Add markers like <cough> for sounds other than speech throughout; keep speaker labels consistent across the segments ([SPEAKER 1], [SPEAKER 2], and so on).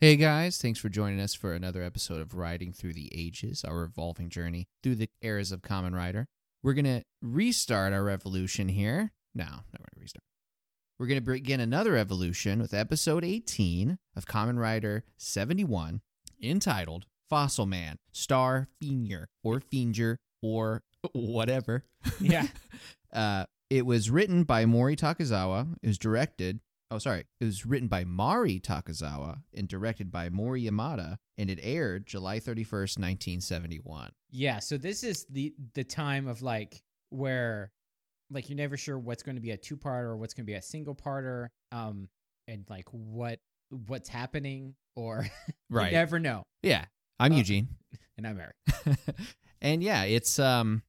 [SPEAKER 1] Hey guys, thanks for joining us for another episode of Riding Through the Ages, our revolving journey through the eras of Common Rider. We're going to restart our revolution here. No, not going to restart. We're going to begin another evolution with episode 18 of Common Rider 71, entitled Fossil Man, Star Fenier, or Finger, or whatever.
[SPEAKER 2] Yeah.
[SPEAKER 1] <laughs> Uh, it was written by Mori Takazawa. It was directed. Oh, sorry. It was written by Mari Takazawa and directed by Mori Yamada, and it aired July 31st, 1971.
[SPEAKER 2] Yeah, so this is the the time of like where like you're never sure what's going to be a two-parter or what's going to be a single-parter um and like what what's happening or <laughs> you never know.
[SPEAKER 1] Yeah. I'm
[SPEAKER 2] Uh,
[SPEAKER 1] Eugene.
[SPEAKER 2] And I'm Eric.
[SPEAKER 1] <laughs> and yeah, it's um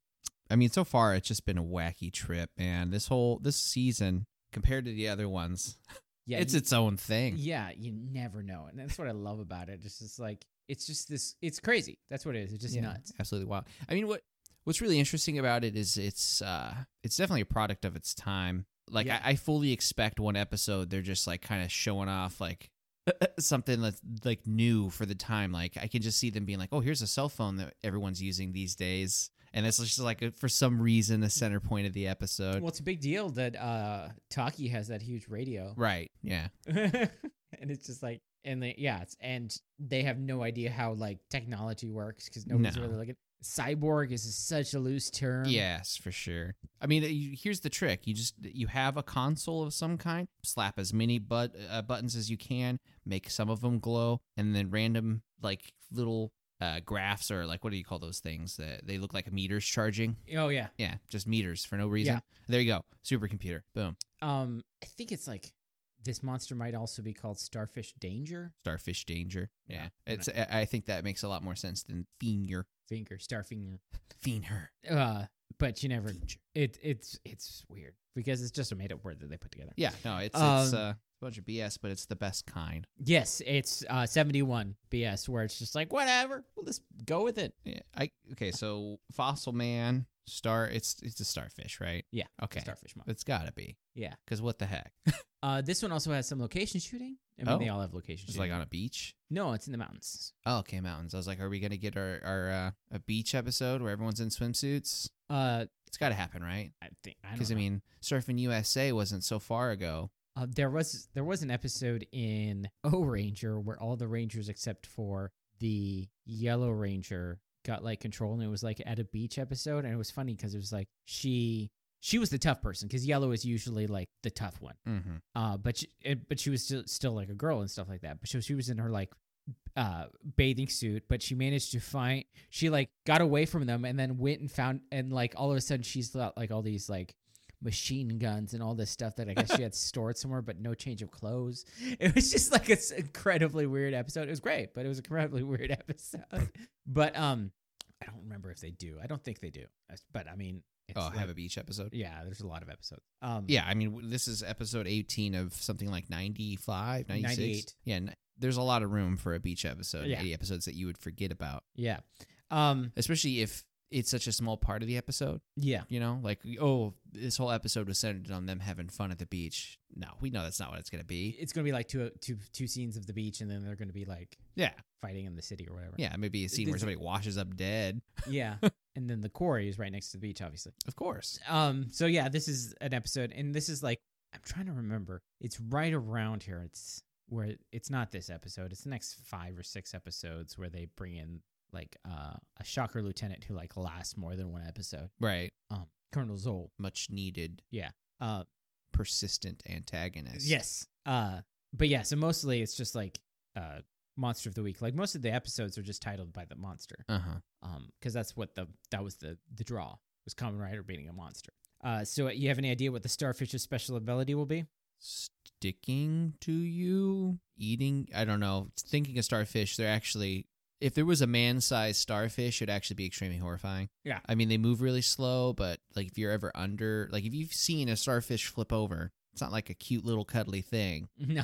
[SPEAKER 1] I mean, so far it's just been a wacky trip, man. This whole this season compared to the other ones,
[SPEAKER 2] Yeah.
[SPEAKER 1] it's
[SPEAKER 2] you,
[SPEAKER 1] its own thing.
[SPEAKER 2] Yeah, you never know. And that's what I love about it. It's just like it's just this it's crazy. That's what it is. It's just
[SPEAKER 1] Yeah,
[SPEAKER 2] nuts.
[SPEAKER 1] Absolutely wild. I mean, what what's really interesting about it is it's uh it's definitely a product of its time. Like
[SPEAKER 2] Yeah.
[SPEAKER 1] I, I fully expect one episode they're just like kind of showing off like <laughs> something that's like new for the time. Like I can just see them being like, oh, here's a cell phone that everyone's using these days, and it's just like for some reason the center point of the episode.
[SPEAKER 2] Well, it's a big deal that uh Taki has that huge radio.
[SPEAKER 1] right? Yeah.
[SPEAKER 2] <laughs> and it's just like and they yeah it's, and they have no idea how like technology works because nobody's
[SPEAKER 1] No.
[SPEAKER 2] really like it cyborg is such a loose term
[SPEAKER 1] Yes, for sure. I mean, you- here's the trick: you just you have a console of some kind, slap as many but uh, buttons as you can, make some of them glow, and then random like little uh, graphs or like what do you call those things that they look like meters charging?
[SPEAKER 2] oh yeah
[SPEAKER 1] Yeah, just meters for no reason.
[SPEAKER 2] Yeah.
[SPEAKER 1] There you go, supercomputer. Boom,
[SPEAKER 2] um i think it's like this monster might also be called starfish danger
[SPEAKER 1] starfish danger. Yeah,
[SPEAKER 2] Yeah.
[SPEAKER 1] it's. I I think that makes a lot more sense than finger,
[SPEAKER 2] finger starfinger
[SPEAKER 1] fiend her.
[SPEAKER 2] uh but you never it it's it's weird because it's just a made-up word that they put together
[SPEAKER 1] Yeah, no, it's it's
[SPEAKER 2] Um,
[SPEAKER 1] uh, a bunch of BS, but it's the best kind.
[SPEAKER 2] yes it's uh 71 bs where it's just like whatever we'll just go with it
[SPEAKER 1] Yeah, I okay. So fossil man, star. It's it's a starfish, right?
[SPEAKER 2] Yeah,
[SPEAKER 1] Okay.
[SPEAKER 2] starfish monster
[SPEAKER 1] It's gotta be.
[SPEAKER 2] Yeah.
[SPEAKER 1] Because what the heck?
[SPEAKER 2] uh this one also has some location shooting i mean
[SPEAKER 1] Oh.
[SPEAKER 2] they all have location
[SPEAKER 1] It's
[SPEAKER 2] shooting
[SPEAKER 1] like on a beach.
[SPEAKER 2] No, it's in the mountains.
[SPEAKER 1] Oh, okay, mountains. I was like, are we gonna get our our uh, a beach episode where everyone's in swimsuits?
[SPEAKER 2] Uh,
[SPEAKER 1] It's gotta happen, right?
[SPEAKER 2] I think I don't
[SPEAKER 1] Because I,
[SPEAKER 2] know.
[SPEAKER 1] mean, surfing USA wasn't so far ago.
[SPEAKER 2] uh, there was there was an episode in O Ranger where all the rangers except for the Yellow Ranger got like control, and it was like at a beach episode, and it was funny because it was like she she was the tough person because Yellow is usually like the tough one,
[SPEAKER 1] Mm-hmm.
[SPEAKER 2] uh, but she, it, but she was still still like a girl and stuff like that. But she, she was in her like uh bathing suit but she managed to find she like got away from them and then went and found and like all of a sudden she's got like all these like machine guns and all this stuff that i guess
[SPEAKER 1] <laughs>
[SPEAKER 2] she had stored somewhere but no change of clothes it was just like it's incredibly weird episode it was great but it was an incredibly weird <laughs> episode but um i don't remember if they do i don't think they do but i mean it's
[SPEAKER 1] Oh, have
[SPEAKER 2] like-
[SPEAKER 1] a beach episode.
[SPEAKER 2] yeah there's a lot of episodes um
[SPEAKER 1] Yeah, I mean, w- this is episode 18 of something like 95, 96.
[SPEAKER 2] 98.
[SPEAKER 1] Yeah, n- there's a lot of room for a beach episode,
[SPEAKER 2] Yeah.
[SPEAKER 1] 80 episodes that you would forget about,
[SPEAKER 2] yeah um
[SPEAKER 1] especially if it's such a small part of the episode.
[SPEAKER 2] yeah
[SPEAKER 1] You know, like oh, this whole episode was centered on them having fun at the beach. No, we know that's not what it's gonna be.
[SPEAKER 2] it's gonna be like two two two scenes of the beach, and then they're gonna be like
[SPEAKER 1] Yeah,
[SPEAKER 2] fighting in the city or whatever.
[SPEAKER 1] yeah, maybe a scene where
[SPEAKER 2] This-
[SPEAKER 1] somebody washes up dead.
[SPEAKER 2] yeah. and then the quarry is right next to the beach, obviously.
[SPEAKER 1] Of course.
[SPEAKER 2] Um, so yeah, this is an episode, and this is like I'm trying to remember. It's right around here. It's where it's not this episode. It's the next five or six episodes where they bring in like uh, a shocker lieutenant who like lasts more than one episode.
[SPEAKER 1] Right.
[SPEAKER 2] Um, Colonel Zoll.
[SPEAKER 1] Much needed,
[SPEAKER 2] Uh,
[SPEAKER 1] persistent antagonist.
[SPEAKER 2] Yes. Uh but yeah, so mostly it's just like uh monster of the week. Like most of the episodes are just titled by the monster.
[SPEAKER 1] Uh huh.
[SPEAKER 2] Um cuz that's what the that was the the draw was common rider beating a monster. Uh so you have any idea what the starfish's special ability will be? <laughs>
[SPEAKER 1] Sticking to you, eating. I don't know. Thinking of starfish, they're actually. If there was a man-sized starfish, it'd actually be extremely horrifying.
[SPEAKER 2] Yeah.
[SPEAKER 1] I mean, they move really slow, but like if you're ever under, like if you've seen a starfish flip over, it's not like a cute little cuddly thing. <laughs>
[SPEAKER 2] No.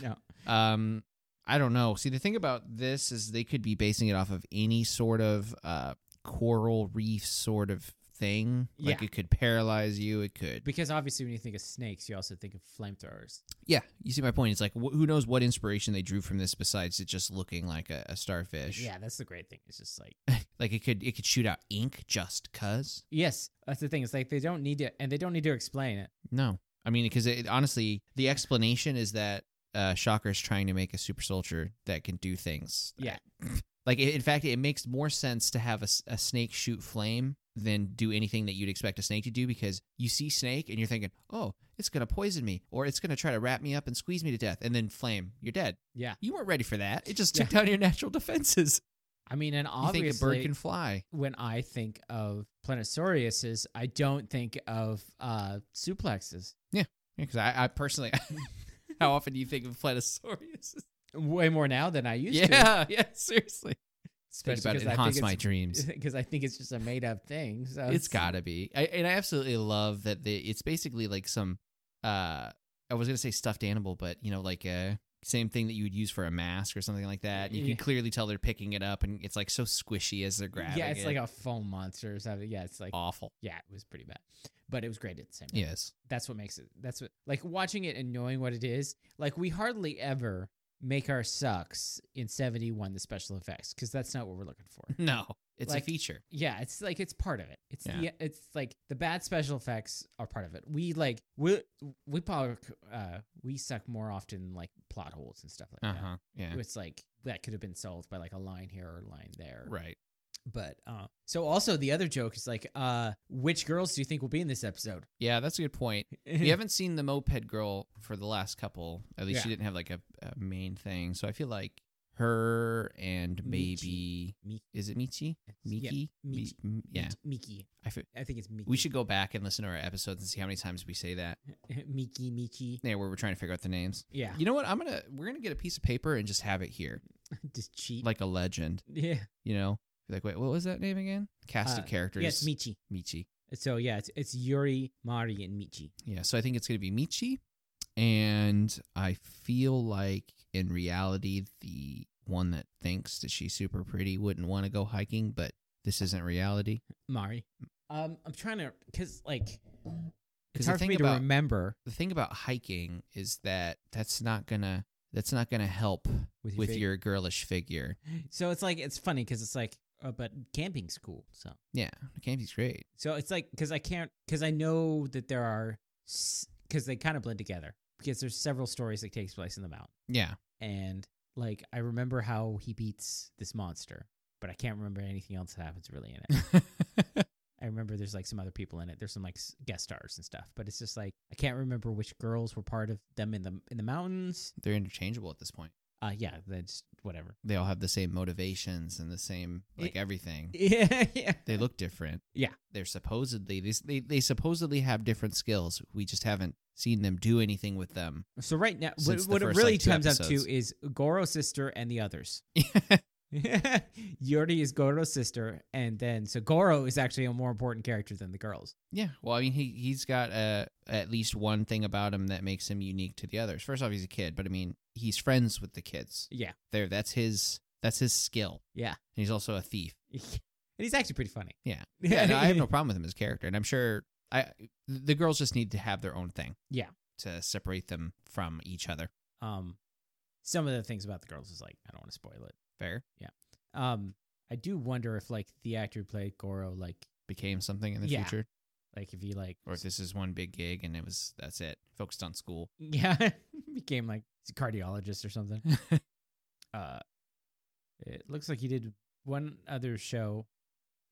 [SPEAKER 2] No.
[SPEAKER 1] Um, I don't know. See, the thing about this is they could be basing it off of any sort of uh, coral reef sort of thing. Like
[SPEAKER 2] Yeah.
[SPEAKER 1] it could paralyze you. It could.
[SPEAKER 2] Because obviously, when you think of snakes, you also think of flamethrowers.
[SPEAKER 1] Yeah, you see my point. It's like wh- who knows what inspiration they drew from this besides it just looking like a, a starfish.
[SPEAKER 2] Yeah, that's the great thing. It's just like
[SPEAKER 1] like it could it could shoot out ink just cuz.
[SPEAKER 2] yes, that's the thing. It's like they don't need to, and they don't need to explain it.
[SPEAKER 1] No, I mean because it, honestly, the explanation is that uh, Shocker's trying to make a super soldier that can do things.
[SPEAKER 2] Yeah.
[SPEAKER 1] <laughs> like i in fact, it makes more sense to have a, s- a snake shoot flame than do anything that you'd expect a snake to do because you see snake and you're thinking, oh, it's gonna poison me or it's gonna try to wrap me up and squeeze me to death, and then flame, you're dead.
[SPEAKER 2] Yeah.
[SPEAKER 1] you weren't ready for that. It just took down your natural defenses.
[SPEAKER 2] I mean, and
[SPEAKER 1] You think a bird
[SPEAKER 2] obviously,
[SPEAKER 1] can fly?
[SPEAKER 2] when I think of planisauriuses, I don't think of uh, suplexes.
[SPEAKER 1] Because I, I personally, <laughs> how often do you think of planisaurus?
[SPEAKER 2] Way more now than I used <laughs> to.
[SPEAKER 1] Yeah, <laughs> yeah, seriously.
[SPEAKER 2] Especially
[SPEAKER 1] about it,
[SPEAKER 2] because I
[SPEAKER 1] it
[SPEAKER 2] think
[SPEAKER 1] haunts my
[SPEAKER 2] it's-
[SPEAKER 1] dreams.
[SPEAKER 2] Because I think it's just a made up thing. So
[SPEAKER 1] it's gotta be, I, and I absolutely love that. The, it's basically like some, uh, I was gonna say stuffed animal, but you know, like a same thing that you would use for a mask or something like that. You
[SPEAKER 2] Yeah.
[SPEAKER 1] can clearly tell they're picking it up, and it's like so squishy as they're grabbing.
[SPEAKER 2] Yeah, it's
[SPEAKER 1] it.
[SPEAKER 2] like a foam monster or something. Yeah, it's like
[SPEAKER 1] awful.
[SPEAKER 2] yeah, it was pretty bad, but it was great at the same time.
[SPEAKER 1] Yes, <laughs>
[SPEAKER 2] that's what makes it that's what like watching it and knowing what it is like we hardly ever make our sucks in 71 the special effects because that's not what we're looking for
[SPEAKER 1] no, it's a
[SPEAKER 2] Like-
[SPEAKER 1] feature.
[SPEAKER 2] yeah it's like it's part of it it's
[SPEAKER 1] Yeah.
[SPEAKER 2] the it's like the bad special effects are part of it we like we we probably uh we suck more often like plot holes and stuff like
[SPEAKER 1] Uh huh. Yeah.
[SPEAKER 2] that it's like that could have been solved by like a line here or a line there
[SPEAKER 1] Right.
[SPEAKER 2] but uh so also the other joke is like uh which girls do you think will be in this episode
[SPEAKER 1] Yeah, that's a good point.
[SPEAKER 2] <laughs>
[SPEAKER 1] we haven't seen the moped girl for the last couple. At least she
[SPEAKER 2] Yeah.
[SPEAKER 1] didn't have like a, a main thing. So I feel like her and maybe
[SPEAKER 2] Mi-
[SPEAKER 1] is it Michi?
[SPEAKER 2] Yeah,
[SPEAKER 1] Miki? Mi-
[SPEAKER 2] Michi.
[SPEAKER 1] m- yeah.
[SPEAKER 2] Miki.
[SPEAKER 1] I fe-
[SPEAKER 2] I think it's Miki.
[SPEAKER 1] we
[SPEAKER 2] <laughs>
[SPEAKER 1] should go back and listen to our episodes and see how many times we say that.
[SPEAKER 2] Miki Miki.
[SPEAKER 1] Yeah, where we're trying to figure out the names.
[SPEAKER 2] Yeah,
[SPEAKER 1] You know what? I'm gonna we're gonna get a piece of paper and just have it here,
[SPEAKER 2] <laughs> just cheat.
[SPEAKER 1] like a legend.
[SPEAKER 2] <laughs> yeah,
[SPEAKER 1] You know, Be like wait, what was that name again? Cast
[SPEAKER 2] Uh,
[SPEAKER 1] of characters.
[SPEAKER 2] yeah, it's Michi.
[SPEAKER 1] Michi.
[SPEAKER 2] So yeah, it's it's Yuri, Mari, and Michi.
[SPEAKER 1] Yeah, so I think it's going to be Michi. And I feel like in reality, the one that thinks that she's super pretty wouldn't want to go hiking, but this isn't reality.
[SPEAKER 2] Mari. Um, I'm trying to because like
[SPEAKER 1] Because
[SPEAKER 2] it's
[SPEAKER 1] the
[SPEAKER 2] hard for
[SPEAKER 1] thing
[SPEAKER 2] me
[SPEAKER 1] about
[SPEAKER 2] to remember
[SPEAKER 1] the thing about hiking is that that's not gonna that's not gonna help
[SPEAKER 2] with,
[SPEAKER 1] with
[SPEAKER 2] fig-
[SPEAKER 1] your girlish figure.
[SPEAKER 2] So it's like it's funny because it's like, uh, but camping's cool. So
[SPEAKER 1] Yeah, Candy's great.
[SPEAKER 2] so it's like because I can't because I know that there are because they kind of blend together because there's several stories that takes place in the mountain.
[SPEAKER 1] Yeah,
[SPEAKER 2] and like I remember how he beats this monster, but I can't remember anything else that happens really in it. I remember there's like some other people in it. There's some like s- guest stars and stuff, but it's just like I can't remember which girls were part of them in the in the mountains.
[SPEAKER 1] they're interchangeable at this point.
[SPEAKER 2] Uh, yeah, that's whatever. <laughs>
[SPEAKER 1] They all have the same motivations and the same like
[SPEAKER 2] It-
[SPEAKER 1] everything.
[SPEAKER 2] Yeah, yeah.
[SPEAKER 1] They look different.
[SPEAKER 2] Yeah.
[SPEAKER 1] They're supposedly they they, they supposedly have different skills. We just haven't seen them do anything with them.
[SPEAKER 2] So right now, what,
[SPEAKER 1] Since the
[SPEAKER 2] what it
[SPEAKER 1] first,
[SPEAKER 2] really
[SPEAKER 1] like, two
[SPEAKER 2] comes down
[SPEAKER 1] episodes.
[SPEAKER 2] to is Goro's sister and
[SPEAKER 1] <laughs>
[SPEAKER 2] the others. <laughs> Yori is Goro's sister, and then so Goro is actually a more important character than the girls.
[SPEAKER 1] yeah. Well, I mean, he he's got uh, at least one thing about him that makes him unique to the others. First off, he's a kid, but I mean, he's friends with the kids.
[SPEAKER 2] Yeah,
[SPEAKER 1] There, that's his that's his skill.
[SPEAKER 2] Yeah.
[SPEAKER 1] And he's also a
[SPEAKER 2] <laughs>
[SPEAKER 1] thief.
[SPEAKER 2] <laughs> and he's actually pretty funny. <laughs>
[SPEAKER 1] Yeah. Yeah, no, I have no problem with him as a character, and I'm sure I the girls just need to have their own thing.
[SPEAKER 2] Yeah.
[SPEAKER 1] To separate them from each other.
[SPEAKER 2] Um, some of the things about the girls is like I don't want to spoil it.
[SPEAKER 1] Fair.
[SPEAKER 2] Um, I do wonder if like the actor who played Goro, like
[SPEAKER 1] Became something in the
[SPEAKER 2] Yeah.
[SPEAKER 1] future.
[SPEAKER 2] like if he like
[SPEAKER 1] Or if this is one big gig and it was that's it. Focused on school.
[SPEAKER 2] yeah <laughs> became like a cardiologist or something. uh, it looks like he did one other show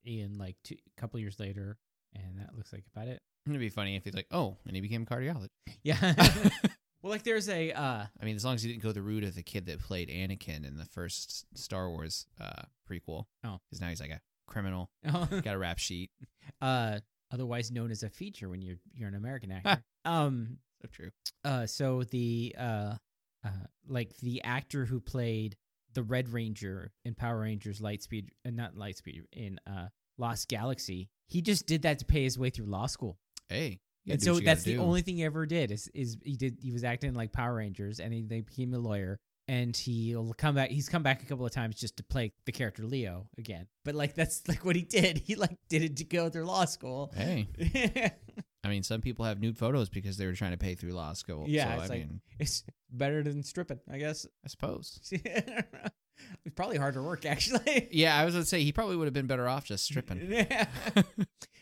[SPEAKER 2] in like two couple years later, and that looks like about it. <laughs>
[SPEAKER 1] It'd be funny if he's like, Oh, and he became a cardiologist.
[SPEAKER 2] Yeah.
[SPEAKER 1] I
[SPEAKER 2] well, like there's a uh, <laughs>
[SPEAKER 1] mean, as long as he didn't go the route of the kid that played Anakin in the first Star Wars uh prequel.
[SPEAKER 2] Oh.
[SPEAKER 1] Because now he's like a
[SPEAKER 2] <laughs>
[SPEAKER 1] criminal, got a rap sheet.
[SPEAKER 2] uh, otherwise known as a feature when you're you're an American actor. um.
[SPEAKER 1] So true.
[SPEAKER 2] uh so the uh, uh like the actor who played the red ranger in power rangers lightspeed uh, not lightspeed in uh lost galaxy he just did that to pay his way through law school
[SPEAKER 1] Hey. you gotta
[SPEAKER 2] and
[SPEAKER 1] do what
[SPEAKER 2] so
[SPEAKER 1] you gotta
[SPEAKER 2] that's the
[SPEAKER 1] do.
[SPEAKER 2] only thing he ever did is is he did he was acting like power rangers and he, they became a lawyer and he'll come back he's come back a couple of times just to play the character Leo again. But like that's like what he did. <laughs> He like did it to go through law school. <laughs>
[SPEAKER 1] Hey,
[SPEAKER 2] it's
[SPEAKER 1] I mean, some people have nude photos because they were trying to pay through law school.
[SPEAKER 2] Yeah,
[SPEAKER 1] so,
[SPEAKER 2] it's
[SPEAKER 1] I
[SPEAKER 2] like-
[SPEAKER 1] mean,
[SPEAKER 2] better than stripping, I guess.
[SPEAKER 1] I suppose.
[SPEAKER 2] <laughs> it's probably harder work
[SPEAKER 1] <laughs>
[SPEAKER 2] actually.
[SPEAKER 1] Yeah, I was gonna say he probably would have been better off just
[SPEAKER 2] <laughs>
[SPEAKER 1] stripping.
[SPEAKER 2] Yeah.
[SPEAKER 1] hey,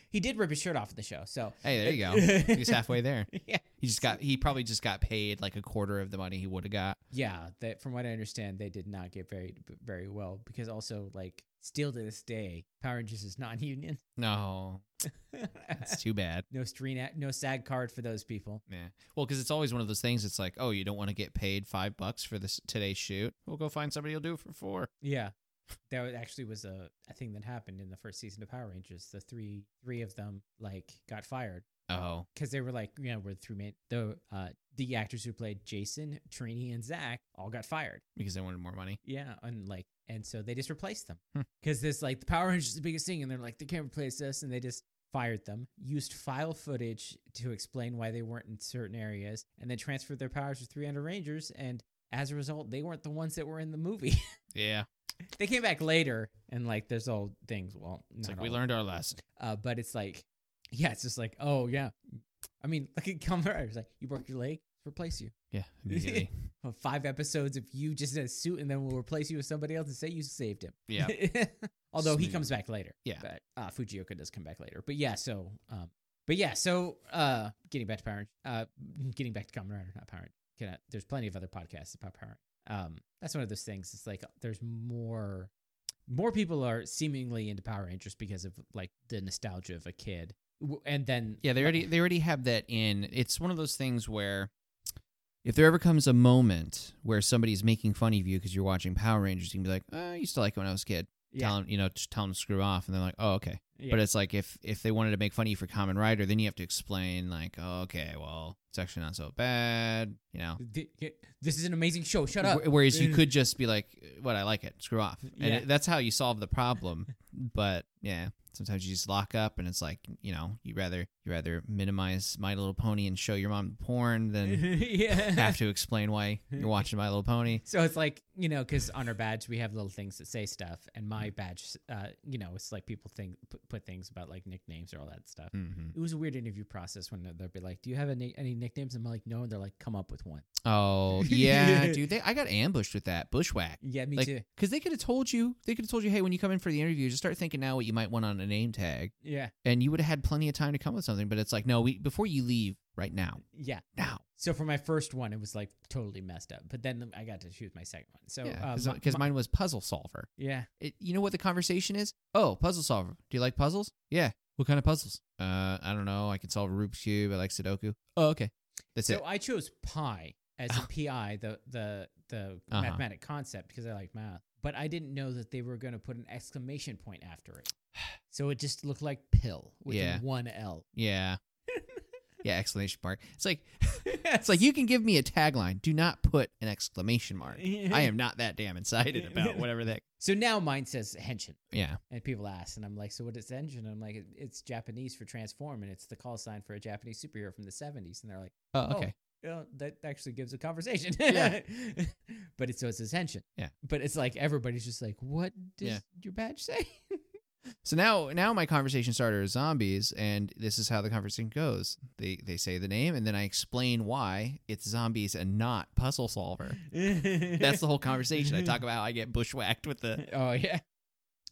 [SPEAKER 2] he did rip his shirt off in the show, so
[SPEAKER 1] there
[SPEAKER 2] <laughs>
[SPEAKER 1] you go. He's halfway there.
[SPEAKER 2] yeah.
[SPEAKER 1] He just got. He probably just got paid like a quarter of the money he would have got.
[SPEAKER 2] Yeah, that from what I understand, they did not get very very well because also like still to this day, Power Rangers is <laughs> non-union.
[SPEAKER 1] No, it's too bad.
[SPEAKER 2] <laughs> no screen, act, no SAG card for those people.
[SPEAKER 1] Yeah. Well, because it's always one of those things. It's like, oh, you don't want to get paid five bucks for this today's shoot. We'll go find somebody who'll do it for four.
[SPEAKER 2] Yeah, that was- actually was a, a thing that happened in the first season of Power Rangers. The three three of them like got fired
[SPEAKER 1] Oh,
[SPEAKER 2] because they were like, you know, we're the three main the uh, the actors who played Jason, Trini, and Zach all got fired.
[SPEAKER 1] because they wanted more money.
[SPEAKER 2] Yeah, and like, and so they just replaced them
[SPEAKER 1] Hmm.
[SPEAKER 2] because this like the Power Rangers is the biggest thing, and they're like they can't replace us, and they just fired them. Used file footage to explain why they weren't in certain areas, and then transferred their powers to 300 Rangers, and as a result, they weren't the ones that were in the movie. <laughs>
[SPEAKER 1] Yeah.
[SPEAKER 2] they came back later, and like there's all things. Well,
[SPEAKER 1] It's
[SPEAKER 2] not
[SPEAKER 1] like we
[SPEAKER 2] all,
[SPEAKER 1] learned our lesson.
[SPEAKER 2] uh, but it's like, yeah, it's just like, oh yeah. I mean, <laughs> like it comes right. It's like you broke your leg, replace you. <laughs>
[SPEAKER 1] Yeah. Immediately.
[SPEAKER 2] Uh, Five episodes of you just in a suit, and then we'll replace you with somebody else and say you saved him.
[SPEAKER 1] yeah.
[SPEAKER 2] <laughs> Although he
[SPEAKER 1] Smooth.
[SPEAKER 2] comes back later.
[SPEAKER 1] Yeah.
[SPEAKER 2] But uh, Fujioka does come back later. But yeah, so um but yeah, so uh getting back to Power Rangers- uh getting back to Kamen Rider, not Power Rangers. Can I- there's plenty of other podcasts about Power Rangers. Um that's one of those things. It's like there's more more people are seemingly into Power Rangers because of like the nostalgia of a kid. W- And then
[SPEAKER 1] Yeah. They already they already have that in. It's one of those things where. If there ever comes a moment where somebody's making fun of you because you're watching Power Rangers, you can be like, oh, "I used to like it when I was a kid."
[SPEAKER 2] yeah,
[SPEAKER 1] Tell 'em, you know, just tell them to screw off, and they're like, "Oh, okay."
[SPEAKER 2] yeah.
[SPEAKER 1] But it's like if if they wanted to make fun of you for Common Rider, then you have to explain like, oh, okay, well, it's actually not so bad, you know.
[SPEAKER 2] Th- th- this is an amazing show. Shut up. Mm.
[SPEAKER 1] Wh- Whereas
[SPEAKER 2] <laughs>
[SPEAKER 1] you could just be like, what I like it, screw off, and
[SPEAKER 2] Yeah.
[SPEAKER 1] it- that's how you solve the problem. <laughs> but yeah, sometimes you just lock up, and it's like, you know, you rather you rather minimize My Little Pony and show your mom porn
[SPEAKER 2] <laughs>
[SPEAKER 1] than
[SPEAKER 2] yeah.
[SPEAKER 1] have to explain why you're watching My Little
[SPEAKER 2] <laughs>
[SPEAKER 1] Pony.
[SPEAKER 2] So it's like you know, because on our badge we have little things that say stuff, and my badge, uh, you know, it's like people think put, put things about like nicknames or all that stuff.
[SPEAKER 1] hmm
[SPEAKER 2] It was a weird interview process when they'd be like, "Do you have any any nicknames?" I'm like, "No," and they're like, "Come up with one."
[SPEAKER 1] Oh
[SPEAKER 2] <laughs>
[SPEAKER 1] yeah, dude, they, I got ambushed with that bushwhack.
[SPEAKER 2] Yeah, me
[SPEAKER 1] Like-
[SPEAKER 2] too.
[SPEAKER 1] Because they could have told you, they could have told you, hey, when you come in for the interview, just start thinking now what you might want on a name tag,
[SPEAKER 2] Yeah,
[SPEAKER 1] and you would have had plenty of time to come with something. But it's like, no, we before you leave right now,
[SPEAKER 2] yeah.
[SPEAKER 1] now,
[SPEAKER 2] So for my first one, it was like totally messed up, but then I got to choose my second one. So uh,
[SPEAKER 1] because
[SPEAKER 2] my- my-
[SPEAKER 1] mine was puzzle solver.
[SPEAKER 2] yeah,
[SPEAKER 1] It, you know what the conversation is? Oh, puzzle solver. Do you like puzzles? Yeah. What kind of puzzles? Uh, I don't know. I can solve a Rubik's cube. I like Sudoku. Oh, okay. That's
[SPEAKER 2] so
[SPEAKER 1] it. Oh.
[SPEAKER 2] I chose pi as a pi, the the the
[SPEAKER 1] Uh-huh.
[SPEAKER 2] mathematic concept because I like math. But I didn't know that they were going to put an exclamation point
[SPEAKER 1] <sighs>
[SPEAKER 2] after it, so it just looked like pill with a
[SPEAKER 1] Yeah.
[SPEAKER 2] one L.
[SPEAKER 1] yeah.
[SPEAKER 2] <laughs>
[SPEAKER 1] yeah. Exclamation mark. It's like it's like you can give me a tagline. Do not put an exclamation <laughs>
[SPEAKER 2] <laughs>
[SPEAKER 1] mark. I am not that damn excited about whatever that.
[SPEAKER 2] So now mine says henshin,
[SPEAKER 1] Yeah.
[SPEAKER 2] and people ask, and I'm like, so what is henshin? And I'm like, "It- it's Japanese for transform, and it's the call sign for a Japanese superhero from the '70s. And they're like,
[SPEAKER 1] Oh,
[SPEAKER 2] Oh.
[SPEAKER 1] okay.
[SPEAKER 2] you know, that actually gives a conversation.
[SPEAKER 1] Yeah.
[SPEAKER 2] <laughs> but it so it's says henshin.
[SPEAKER 1] Yeah.
[SPEAKER 2] But it's like everybody's just like, what does
[SPEAKER 1] Yeah.
[SPEAKER 2] your badge say?
[SPEAKER 1] So now, now my conversation starter is zombies, and this is how the conversation goes. They they say the name, and then I explain why it's zombies and not puzzle solver. That's
[SPEAKER 2] That's <laughs>
[SPEAKER 1] the whole conversation. I talk about how I get bushwhacked with the.
[SPEAKER 2] Oh yeah.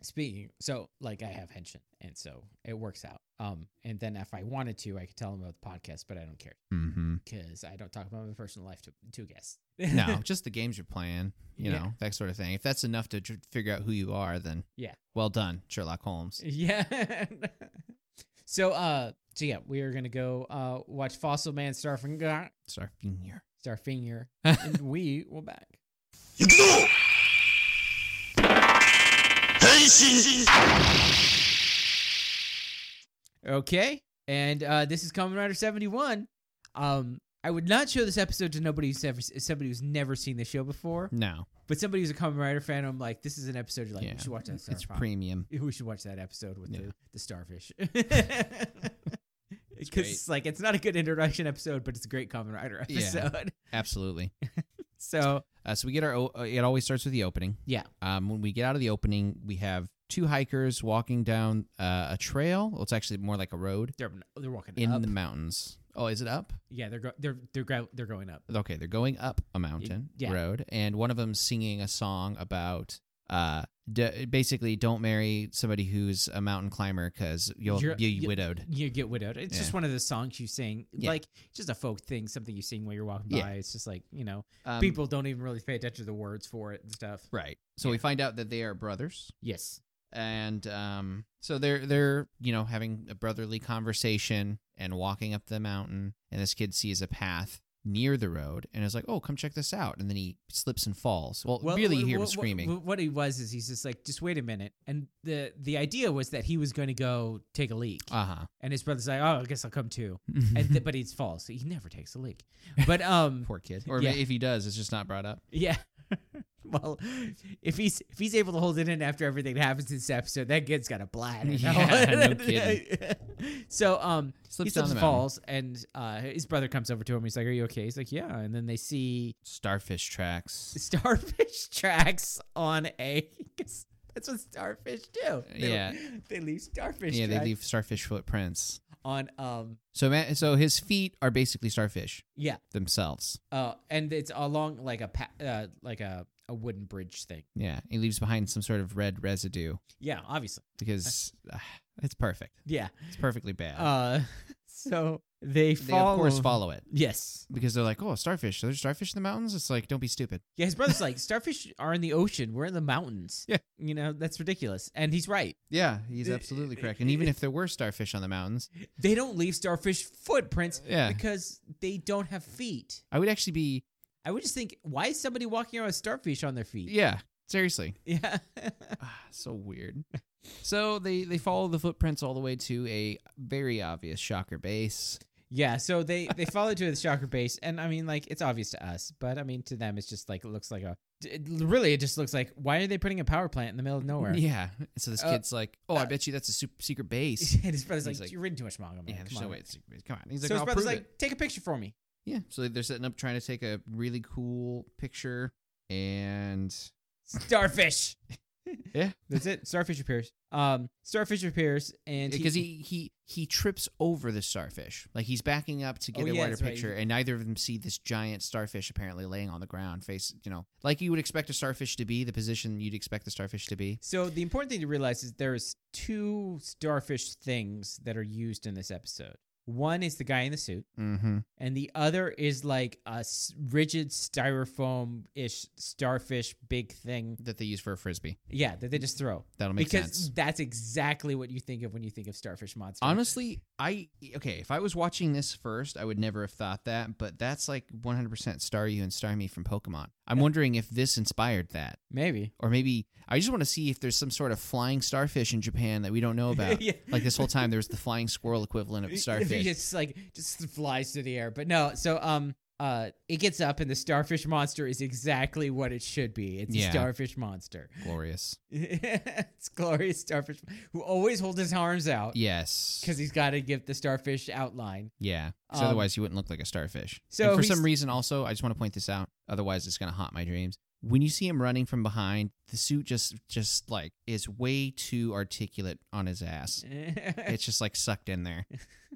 [SPEAKER 2] Speaking so like I have henshin and so it works out. Um and then if I wanted to I could tell them about the podcast but I don't care
[SPEAKER 1] Mm-hmm.
[SPEAKER 2] because I don't talk about my personal life to to guests.
[SPEAKER 1] No, just the games you're playing. You
[SPEAKER 2] Yeah.
[SPEAKER 1] know that sort of thing. If that's enough to tr- figure out who you are, then
[SPEAKER 2] Yeah.
[SPEAKER 1] well done, Sherlock Holmes.
[SPEAKER 2] <laughs> yeah. <laughs> so uh so yeah we are gonna go uh watch Fossil Man Starfinger
[SPEAKER 1] Starfinger.
[SPEAKER 2] Starfinger
[SPEAKER 1] <laughs>
[SPEAKER 2] and we will back.
[SPEAKER 3] 行くぞ変身
[SPEAKER 2] Okay. And uh, this is Kamen Rider 71. Um, I would not show this episode to nobody who's ever, somebody who's never seen the show before,
[SPEAKER 1] No,
[SPEAKER 2] but somebody who's a Kamen Rider fan, I'm like, this is an episode you're like,
[SPEAKER 1] Yeah.
[SPEAKER 2] we should watch that.
[SPEAKER 1] it's
[SPEAKER 2] Starfish.
[SPEAKER 1] premium.
[SPEAKER 2] <laughs> we should watch that episode with
[SPEAKER 1] Yeah.
[SPEAKER 2] the,
[SPEAKER 1] <laughs>
[SPEAKER 2] the starfish. <laughs> Because it's like it's not a good introduction episode, <laughs> but it's a great Kamen Rider
[SPEAKER 1] Yeah.
[SPEAKER 2] episode.
[SPEAKER 1] Absolutely.
[SPEAKER 2] So
[SPEAKER 1] Uh, so we get our. o- uh, It always starts with the opening.
[SPEAKER 2] Yeah.
[SPEAKER 1] Um, when we get out of the opening, we have two hikers walking down uh, a trail. Well, it's actually more like a road
[SPEAKER 2] They're they're walking
[SPEAKER 1] in
[SPEAKER 2] up.
[SPEAKER 1] the mountains. Oh, is it up?
[SPEAKER 2] yeah, they're go- they're they're gra- they're going up.
[SPEAKER 1] Okay, they're going up a mountain
[SPEAKER 2] yeah.
[SPEAKER 1] road, and one of them's singing a song about uh, d- basically don't marry somebody who's a mountain climber because you'll
[SPEAKER 2] You're-
[SPEAKER 1] be
[SPEAKER 2] you-
[SPEAKER 1] widowed.
[SPEAKER 2] You get widowed. It's
[SPEAKER 1] Yeah.
[SPEAKER 2] just one of the songs you sing,
[SPEAKER 1] Yeah.
[SPEAKER 2] like it's just a folk thing, something you sing while you're walking by.
[SPEAKER 1] Yeah.
[SPEAKER 2] It's just like you know,
[SPEAKER 1] Um,
[SPEAKER 2] people don't even really pay attention to the words for it and stuff.
[SPEAKER 1] right? So we find out that they are brothers.
[SPEAKER 2] Yes.
[SPEAKER 1] and um, so they're they're you know having a brotherly conversation and walking up the mountain, and this kid sees a path near the road and is like, "Oh, come check this out!" And then he slips and falls. Well, really, you hear him
[SPEAKER 2] what-
[SPEAKER 1] screaming.
[SPEAKER 2] What, what he was is he's just like, just wait a minute. And the the idea was that he was going to go take a leak,
[SPEAKER 1] uh huh.
[SPEAKER 2] and his brother's like, oh, I guess I'll come
[SPEAKER 1] <laughs>
[SPEAKER 2] too. And th- but he's false. He never takes a leak. But um,
[SPEAKER 1] <laughs> Poor
[SPEAKER 2] <laughs>
[SPEAKER 1] kid. Or
[SPEAKER 2] Yeah.
[SPEAKER 1] if he does, it's just not brought up.
[SPEAKER 2] yeah. <laughs> well, if he's if he's able to hold it in after everything that happens in this episode, that kid's got a bladder. <laughs>
[SPEAKER 1] Yeah, no kidding.
[SPEAKER 2] so um,
[SPEAKER 1] Slips down
[SPEAKER 2] he slips
[SPEAKER 1] the
[SPEAKER 2] and
[SPEAKER 1] mountain.
[SPEAKER 2] falls, and uh, his brother comes over to him. He's like, "Are you okay?" He's like, "Yeah." And then they see
[SPEAKER 1] Starfish tracks.
[SPEAKER 2] <laughs> starfish tracks on a. 'cause <laughs> That's what starfish do. They,
[SPEAKER 1] Yeah.
[SPEAKER 2] <laughs> they leave starfish.
[SPEAKER 1] Yeah, they
[SPEAKER 2] tracks
[SPEAKER 1] leave starfish footprints.
[SPEAKER 2] on. Um,
[SPEAKER 1] So ma so his feet are basically starfish
[SPEAKER 2] yeah.
[SPEAKER 1] themselves.
[SPEAKER 2] Uh, and it's along like a pa- uh, like a a wooden bridge thing.
[SPEAKER 1] Yeah, he leaves behind some sort of red residue
[SPEAKER 2] Yeah, obviously.
[SPEAKER 1] because uh, it's perfect.
[SPEAKER 2] Yeah.
[SPEAKER 1] It's perfectly bad.
[SPEAKER 2] Uh, <laughs> so they
[SPEAKER 1] they of
[SPEAKER 2] follow.
[SPEAKER 1] course follow it.
[SPEAKER 2] Yes.
[SPEAKER 1] because they're like, oh, starfish. There's starfish in the mountains. It's like, don't be stupid.
[SPEAKER 2] Yeah, his brother's like, starfish are in the ocean. We're in the mountains.
[SPEAKER 1] Yeah.
[SPEAKER 2] You know, that's ridiculous. And he's right.
[SPEAKER 1] Yeah, he's absolutely correct. And even if there were starfish on the mountains,
[SPEAKER 2] They don't leave starfish footprints
[SPEAKER 1] yeah,
[SPEAKER 2] because they don't have feet.
[SPEAKER 1] I would actually be.
[SPEAKER 2] I would just think, why is somebody walking around with starfish on their feet?
[SPEAKER 1] Yeah, seriously,
[SPEAKER 2] Yeah.
[SPEAKER 1] <laughs> ah, so weird. So they they follow the footprints all the way to a very obvious shocker base.
[SPEAKER 2] yeah. So they they follow to the shocker base, and I mean, like, it's obvious to us, but I mean, to them, it's just like it looks like a. it really, it just looks like why are they putting a power plant in the middle of nowhere? <laughs>
[SPEAKER 1] Yeah. So this
[SPEAKER 2] Uh,
[SPEAKER 1] kid's like, oh, I
[SPEAKER 2] uh,
[SPEAKER 1] bet you that's a super secret base. <laughs>
[SPEAKER 2] and his brother's
[SPEAKER 1] He's
[SPEAKER 2] like,
[SPEAKER 1] like-
[SPEAKER 2] "You're reading too much manga, man.
[SPEAKER 1] Yeah,
[SPEAKER 2] Come
[SPEAKER 1] there's
[SPEAKER 2] on."
[SPEAKER 1] no way it's a secret base. Come on. He's like,
[SPEAKER 2] so his
[SPEAKER 1] I'll
[SPEAKER 2] brother's
[SPEAKER 1] prove
[SPEAKER 2] like,
[SPEAKER 1] it.
[SPEAKER 2] "Take a picture for me."
[SPEAKER 1] yeah. So they're setting up trying to take a really cool picture, and
[SPEAKER 2] Starfish.
[SPEAKER 1] <laughs> Yeah.
[SPEAKER 2] that's it. Starfish appears. Um, starfish appears, and
[SPEAKER 1] because he, he he trips over the starfish like he's backing up to get
[SPEAKER 2] Oh,
[SPEAKER 1] a
[SPEAKER 2] yeah,
[SPEAKER 1] wider
[SPEAKER 2] that's right.
[SPEAKER 1] picture and neither of them see this giant starfish apparently laying on the ground face you know like you would expect a starfish to be the position you'd expect the starfish to be
[SPEAKER 2] So the important thing to realize is there's two starfish things that are used in this episode. One is the guy in the suit,
[SPEAKER 1] mm-hmm
[SPEAKER 2] and the other is like a s- rigid styrofoam ish starfish big thing.
[SPEAKER 1] that they use for a frisbee
[SPEAKER 2] Yeah, that they just throw
[SPEAKER 1] that'll make
[SPEAKER 2] because <laughs>
[SPEAKER 1] sense
[SPEAKER 2] that's exactly what you think of when you think of starfish monster.
[SPEAKER 1] honestly i okay if i was watching this first i would never have thought that but that's like 100% staryu and starmie from pokemon i'm wondering if this inspired that
[SPEAKER 2] maybe
[SPEAKER 1] or maybe i just want to see if there's some sort of flying starfish in japan that we don't
[SPEAKER 2] <laughs>
[SPEAKER 1] know about
[SPEAKER 2] yeah.
[SPEAKER 1] Like this whole time, there
[SPEAKER 2] <laughs>
[SPEAKER 1] was the flying squirrel equivalent of starfish.
[SPEAKER 2] It's like just flies through the air, but no. So um. Uh, it gets up and the starfish monster is exactly what it should be. It's
[SPEAKER 1] Yeah.
[SPEAKER 2] a starfish monster. <laughs>
[SPEAKER 1] Glorious.
[SPEAKER 2] it's glorious starfish who always holds his arms out
[SPEAKER 1] Yes.
[SPEAKER 2] because he's got to give the starfish outline. <laughs>
[SPEAKER 1] yeah. 'Cause
[SPEAKER 2] Um,
[SPEAKER 1] otherwise, you wouldn't look like a starfish.
[SPEAKER 2] so
[SPEAKER 1] And for
[SPEAKER 2] he's-
[SPEAKER 1] some reason, also, I just want to point this out. Otherwise, it's gonna haunt my dreams. When you see him running from behind, the suit just, just like is way too articulate on his ass. It's just like sucked in
[SPEAKER 2] <laughs>
[SPEAKER 1] there.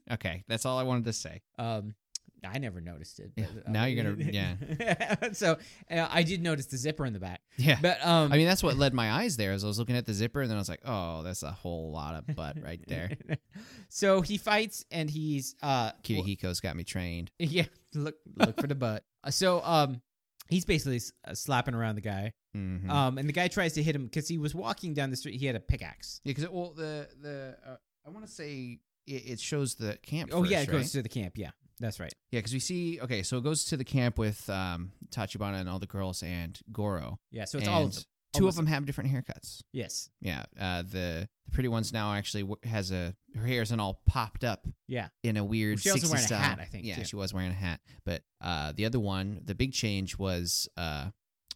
[SPEAKER 1] Okay, that's all I wanted to say.
[SPEAKER 2] um, I never noticed it.
[SPEAKER 1] Yeah, now you're
[SPEAKER 2] <laughs>
[SPEAKER 1] gonna-
[SPEAKER 2] yeah. so uh, I did notice the zipper in the back,
[SPEAKER 1] Yeah.
[SPEAKER 2] but um,
[SPEAKER 1] I mean, that's what led my eyes there. As I was looking at the zipper, and then I was like, "Oh, that's a whole lot of butt <laughs> right there."
[SPEAKER 2] <laughs> so he fights and he's uh,
[SPEAKER 1] Kirihiko's got me trained.
[SPEAKER 2] <laughs> yeah, look look for the butt. Uh, So um, he's basically s- uh, slapping around the guy.
[SPEAKER 1] Mm-hmm.
[SPEAKER 2] Um, and the guy tries to hit him because he was walking down the street. He had a pickaxe.
[SPEAKER 1] Yeah, because well, the the uh, I want to say it, it shows the camp.
[SPEAKER 2] Oh yeah, it
[SPEAKER 1] first,
[SPEAKER 2] goes
[SPEAKER 1] right?
[SPEAKER 2] to the camp. Yeah, that's right.
[SPEAKER 1] yeah, because we see. Okay, so it goes to the camp with um, Tachibana and all the girls and Goro.
[SPEAKER 2] Yeah, so it's
[SPEAKER 1] and
[SPEAKER 2] all of them.
[SPEAKER 1] Two of
[SPEAKER 2] Almost-
[SPEAKER 1] them have different haircuts.
[SPEAKER 2] Yes.
[SPEAKER 1] Yeah, uh, the the pretty one's now actually w- has a her hair isn't all popped up.
[SPEAKER 2] Yeah.
[SPEAKER 1] in a weird.
[SPEAKER 2] She also
[SPEAKER 1] 60s
[SPEAKER 2] wearing a
[SPEAKER 1] style.
[SPEAKER 2] hat, I think,
[SPEAKER 1] Yeah,
[SPEAKER 2] too.
[SPEAKER 1] she was wearing a hat. But uh, the other one, the big change was uh,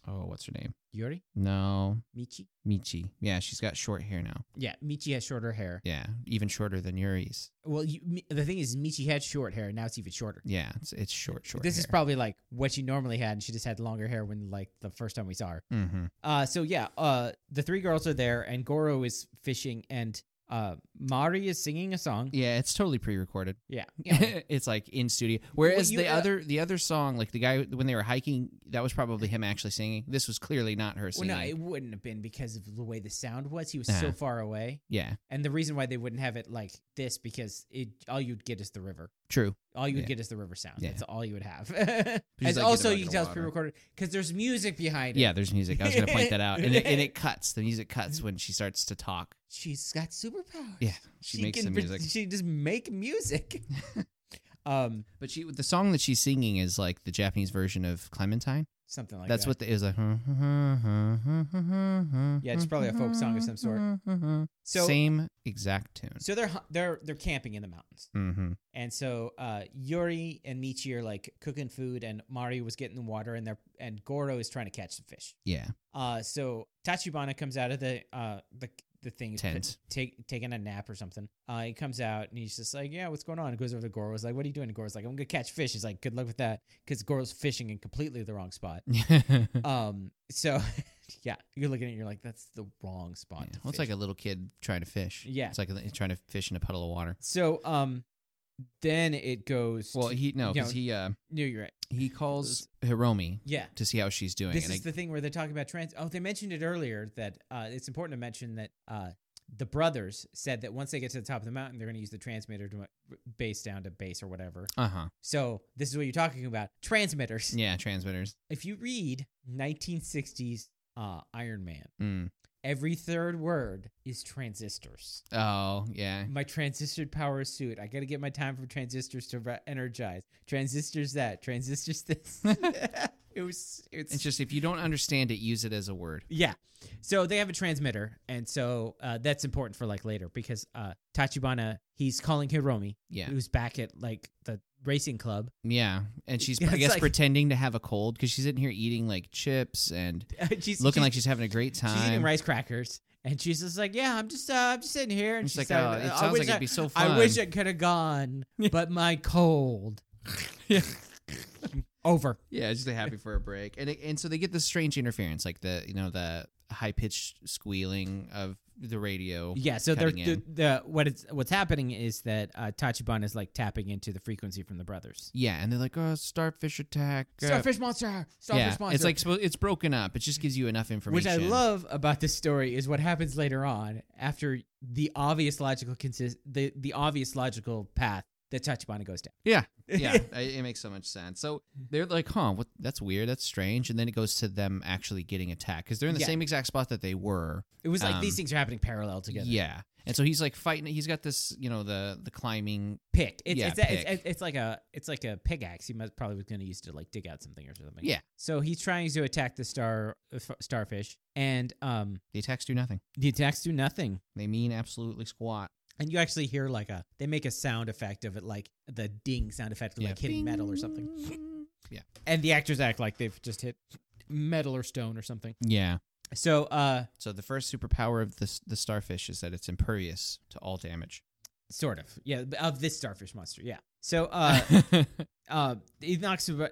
[SPEAKER 1] oh, what's her name?
[SPEAKER 2] Yuri?
[SPEAKER 1] No,
[SPEAKER 2] Michi?
[SPEAKER 1] Michi. Yeah, she's got short hair now.
[SPEAKER 2] Yeah, Michi has shorter hair.
[SPEAKER 1] Yeah, even shorter than Yuri's.
[SPEAKER 2] Well, you, Mi- the thing is, Michi had short hair, and now it's even shorter.
[SPEAKER 1] Yeah, it's it's short, short.
[SPEAKER 2] this is probably like what she normally had, and she just had longer hair when like the first time we saw her.
[SPEAKER 1] probably. hmm
[SPEAKER 2] Uh, so yeah, uh, the three girls are there, and Goro is fishing, and uh, Mari is singing a song.
[SPEAKER 1] Yeah, it's totally pre-recorded. <laughs>
[SPEAKER 2] Yeah,
[SPEAKER 1] it's like in studio. Whereas
[SPEAKER 2] you-
[SPEAKER 1] the
[SPEAKER 2] uh,
[SPEAKER 1] other the other song, like the guy when they were hiking, that was probably him actually singing. This was clearly not her
[SPEAKER 2] Well,
[SPEAKER 1] singing.
[SPEAKER 2] no, it wouldn't have been because of the way the sound was. He was
[SPEAKER 1] Uh-huh.
[SPEAKER 2] so far away,
[SPEAKER 1] yeah,
[SPEAKER 2] and the reason why they wouldn't have it like this because it all you'd get is the river.
[SPEAKER 1] true.
[SPEAKER 2] All you'd
[SPEAKER 1] Yeah.
[SPEAKER 2] get is the river sound.
[SPEAKER 1] Yeah.
[SPEAKER 2] That's all you would have. <laughs> and
[SPEAKER 1] like, get a
[SPEAKER 2] also,
[SPEAKER 1] bucket
[SPEAKER 2] you
[SPEAKER 1] of
[SPEAKER 2] can tell it's
[SPEAKER 1] water.
[SPEAKER 2] pre-recorded because there's music behind it.
[SPEAKER 1] Yeah, there's music. I was gonna point that out, and it, and
[SPEAKER 2] <laughs>
[SPEAKER 1] it cuts. The music cuts when she starts to talk.
[SPEAKER 2] she's got superpowers.
[SPEAKER 1] Yeah, she, makes
[SPEAKER 2] can
[SPEAKER 1] the
[SPEAKER 2] pro-
[SPEAKER 1] music.
[SPEAKER 2] She just make
[SPEAKER 1] <laughs>
[SPEAKER 2] music. um,
[SPEAKER 1] But she the song that she's singing is like the Japanese version of Clementine.
[SPEAKER 2] something like
[SPEAKER 1] That's
[SPEAKER 2] that.
[SPEAKER 1] what the, is like. Yeah,
[SPEAKER 2] it's probably a folk song of
[SPEAKER 1] <laughs>
[SPEAKER 2] some sort. So
[SPEAKER 1] Same exact tune.
[SPEAKER 2] so they're hu- they're they're camping in the mountains,
[SPEAKER 1] Mm-hmm.
[SPEAKER 2] and so uh, Yuri and Michi are like cooking food, and Mari was getting water, and they're and Goro is trying to catch some fish.
[SPEAKER 1] Yeah,
[SPEAKER 2] Uh, so Tachibana comes out of the uh the the thing he's
[SPEAKER 1] Tent.
[SPEAKER 2] take taking a nap or something. Uh, he comes out and he's just like, "Yeah, what's going on?" He goes over to Goro. He's like, "What are you doing?" And Goro's like, "I'm gonna catch fish." He's like, "Good luck with that," because Goro's fishing in completely the wrong spot.
[SPEAKER 1] <laughs>
[SPEAKER 2] <laughs> Um, so <laughs> yeah, you're looking at it, you're like, "That's the wrong spot."
[SPEAKER 1] Yeah.
[SPEAKER 2] to
[SPEAKER 1] Well, it's
[SPEAKER 2] fish."
[SPEAKER 1] like a little kid trying to fish.
[SPEAKER 2] Yeah.
[SPEAKER 1] it's like a, trying to fish in a puddle of water.
[SPEAKER 2] so um, then it goes.
[SPEAKER 1] Well,
[SPEAKER 2] to,
[SPEAKER 1] he no,
[SPEAKER 2] Yeah.
[SPEAKER 1] because he uh,
[SPEAKER 2] no, you're right. <laughs>
[SPEAKER 1] he calls Hiromi
[SPEAKER 2] Yeah.
[SPEAKER 1] to see how she's doing.
[SPEAKER 2] This
[SPEAKER 1] and
[SPEAKER 2] is
[SPEAKER 1] I-
[SPEAKER 2] the thing where they're talking about trans. Oh, they mentioned it earlier that uh, it's important to mention that uh, the brothers said that once they get to the top of the mountain, they're going to use the transmitter to uh, base down to base or whatever.
[SPEAKER 1] uh-huh.
[SPEAKER 2] So this is what you're talking about transmitters.
[SPEAKER 1] Yeah, transmitters.
[SPEAKER 2] If you read 1960s uh, Iron Man,
[SPEAKER 1] Mm.
[SPEAKER 2] every third word is transistors.
[SPEAKER 1] Oh, yeah.
[SPEAKER 2] My transistor power suit. I got to get my time for transistors to re- energize. Transistors that. Transistors this. <laughs> it was.
[SPEAKER 1] It's just if you don't understand it, use it as a word.
[SPEAKER 2] Yeah. So they have a transmitter, and so uh, that's important for like later because uh, Tachibana he's calling Hiromi,
[SPEAKER 1] Yeah,
[SPEAKER 2] who's back at like the racing club. <laughs>
[SPEAKER 1] yeah. And she's
[SPEAKER 2] Yeah,
[SPEAKER 1] I
[SPEAKER 2] it's
[SPEAKER 1] guess
[SPEAKER 2] like-
[SPEAKER 1] pretending to have a cold because she's in here eating like chips and
[SPEAKER 2] she's
[SPEAKER 1] looking like she's having a great time.
[SPEAKER 2] she's eating rice crackers, and she's just like, "Yeah, I'm just uh, I'm just sitting here." And
[SPEAKER 1] It's like,
[SPEAKER 2] she's like,
[SPEAKER 1] oh, it
[SPEAKER 2] "I
[SPEAKER 1] sounds
[SPEAKER 2] wish
[SPEAKER 1] like
[SPEAKER 2] I-
[SPEAKER 1] it'd be so fun.
[SPEAKER 2] I wish I could
[SPEAKER 1] <laughs>
[SPEAKER 2] have gone, but my cold. Over.
[SPEAKER 1] Yeah, just happy for a break, and it, and so they get this strange interference, like the you know the high pitched squealing of the radio.
[SPEAKER 2] Yeah, so they're,
[SPEAKER 1] Cutting
[SPEAKER 2] the, the what is what's happening is that uh, Tachibana is like tapping into the frequency from the brothers.
[SPEAKER 1] Yeah, and they're like, "Oh, starfish attack!" uh,
[SPEAKER 2] Starfish monster, starfish
[SPEAKER 1] yeah,
[SPEAKER 2] monster.
[SPEAKER 1] it's like suppo- it's broken up. It just gives you enough
[SPEAKER 2] Which
[SPEAKER 1] information.
[SPEAKER 2] I love about this story is what happens later on after the obvious logical consist the, the obvious logical path that Tachibana goes down.
[SPEAKER 1] Yeah, <laughs>
[SPEAKER 2] <laughs>
[SPEAKER 1] yeah, I, it makes so much sense. So they're like, "Huh, what? That's weird. That's strange." And then it goes to them actually getting attacked because they're in the
[SPEAKER 2] Yeah.
[SPEAKER 1] same exact spot that they were.
[SPEAKER 2] It was like
[SPEAKER 1] Um,
[SPEAKER 2] these things are happening parallel together.
[SPEAKER 1] Yeah, and so he's like fighting. He's got this, you know, the the climbing.
[SPEAKER 2] Pick. It's,
[SPEAKER 1] Yeah,
[SPEAKER 2] it's, a-
[SPEAKER 1] pick.
[SPEAKER 2] It's, it's like a it's like a pickaxe. He must, probably was going to use to like dig out something or something.
[SPEAKER 1] Yeah.
[SPEAKER 2] So he's trying to attack the star uh, f- starfish, and um
[SPEAKER 1] The attacks do nothing.
[SPEAKER 2] the attacks do nothing.
[SPEAKER 1] They mean absolutely squat.
[SPEAKER 2] And you actually hear like a they make a sound effect of it like the ding sound effect of like hitting metal or something.
[SPEAKER 1] Bing. Yeah.
[SPEAKER 2] And the actors act like they've just hit metal or stone or something.
[SPEAKER 1] Yeah.
[SPEAKER 2] So, uh,
[SPEAKER 1] So the first superpower of the s- the starfish is that it's impervious to all damage.
[SPEAKER 2] <laughs> sort of, yeah, b- of this starfish monster, yeah. So, <laughs> uh, uh, he knocks him,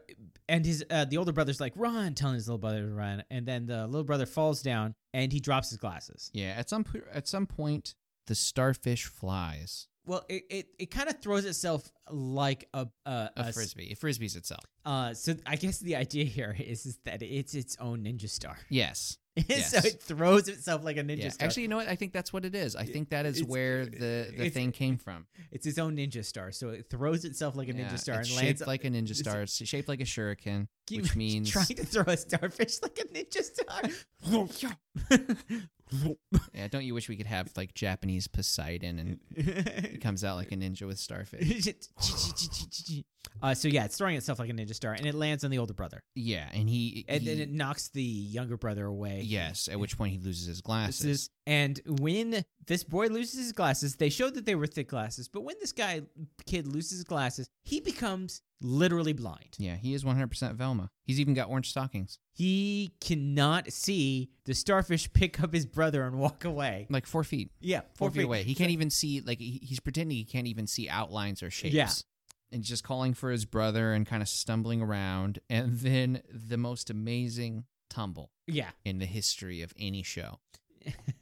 [SPEAKER 2] and his uh, the older brother's like run, telling his little brother to run, and then the little brother falls down and he drops his glasses.
[SPEAKER 1] yeah. At some po- at some point, the starfish flies
[SPEAKER 2] Well, it it, it kind of throws itself like a uh, a,
[SPEAKER 1] a
[SPEAKER 2] s-
[SPEAKER 1] frisbee. It frisbees itself.
[SPEAKER 2] Uh, so I guess the idea here is is that it's its own ninja star.
[SPEAKER 1] Yes.
[SPEAKER 2] <laughs> so
[SPEAKER 1] Yes.
[SPEAKER 2] it throws itself like a ninja
[SPEAKER 1] Yeah.
[SPEAKER 2] star.
[SPEAKER 1] Actually, you know what? I think that's what it is. I think that is
[SPEAKER 2] It's-
[SPEAKER 1] where the the
[SPEAKER 2] it's-
[SPEAKER 1] thing came from.
[SPEAKER 2] it's its own ninja star. So it throws itself like a
[SPEAKER 1] Yeah,
[SPEAKER 2] ninja star
[SPEAKER 1] It's
[SPEAKER 2] and
[SPEAKER 1] shaped
[SPEAKER 2] lands
[SPEAKER 1] like a ninja
[SPEAKER 2] it's-
[SPEAKER 1] star. It's shaped like a shuriken,
[SPEAKER 2] Keep
[SPEAKER 1] which means
[SPEAKER 2] <laughs> trying to throw a starfish <laughs> like a ninja
[SPEAKER 1] <laughs>
[SPEAKER 2] star.
[SPEAKER 1] yeah. Don't you wish we could have like Japanese Poseidon
[SPEAKER 2] <laughs>
[SPEAKER 1] and it comes out like a ninja with starfish?
[SPEAKER 2] uh, so yeah, it's throwing itself like a ninja star, and it lands on the older brother,
[SPEAKER 1] Yeah, and he
[SPEAKER 2] and
[SPEAKER 1] he-
[SPEAKER 2] then it knocks the younger brother away.
[SPEAKER 1] Yes, at which point he loses his glasses.
[SPEAKER 2] This is- and when this boy loses his glasses, they showed that they were thick glasses, but when this guy kid loses his glasses, he becomes literally blind.
[SPEAKER 1] yeah, he is 100% Velma. He's even got orange stockings.
[SPEAKER 2] He cannot see the starfish <laughs> pick up his brother and walk away.
[SPEAKER 1] Like four feet.
[SPEAKER 2] Yeah,
[SPEAKER 1] Four, feet, away. He can't even see, like, he, he's pretending he can't even see outlines or shapes.
[SPEAKER 2] Yeah.
[SPEAKER 1] And just calling for his brother and kind of stumbling around. <laughs> And then the most amazing tumble
[SPEAKER 2] Yeah.
[SPEAKER 1] in the history of any
[SPEAKER 2] <laughs>
[SPEAKER 1] show.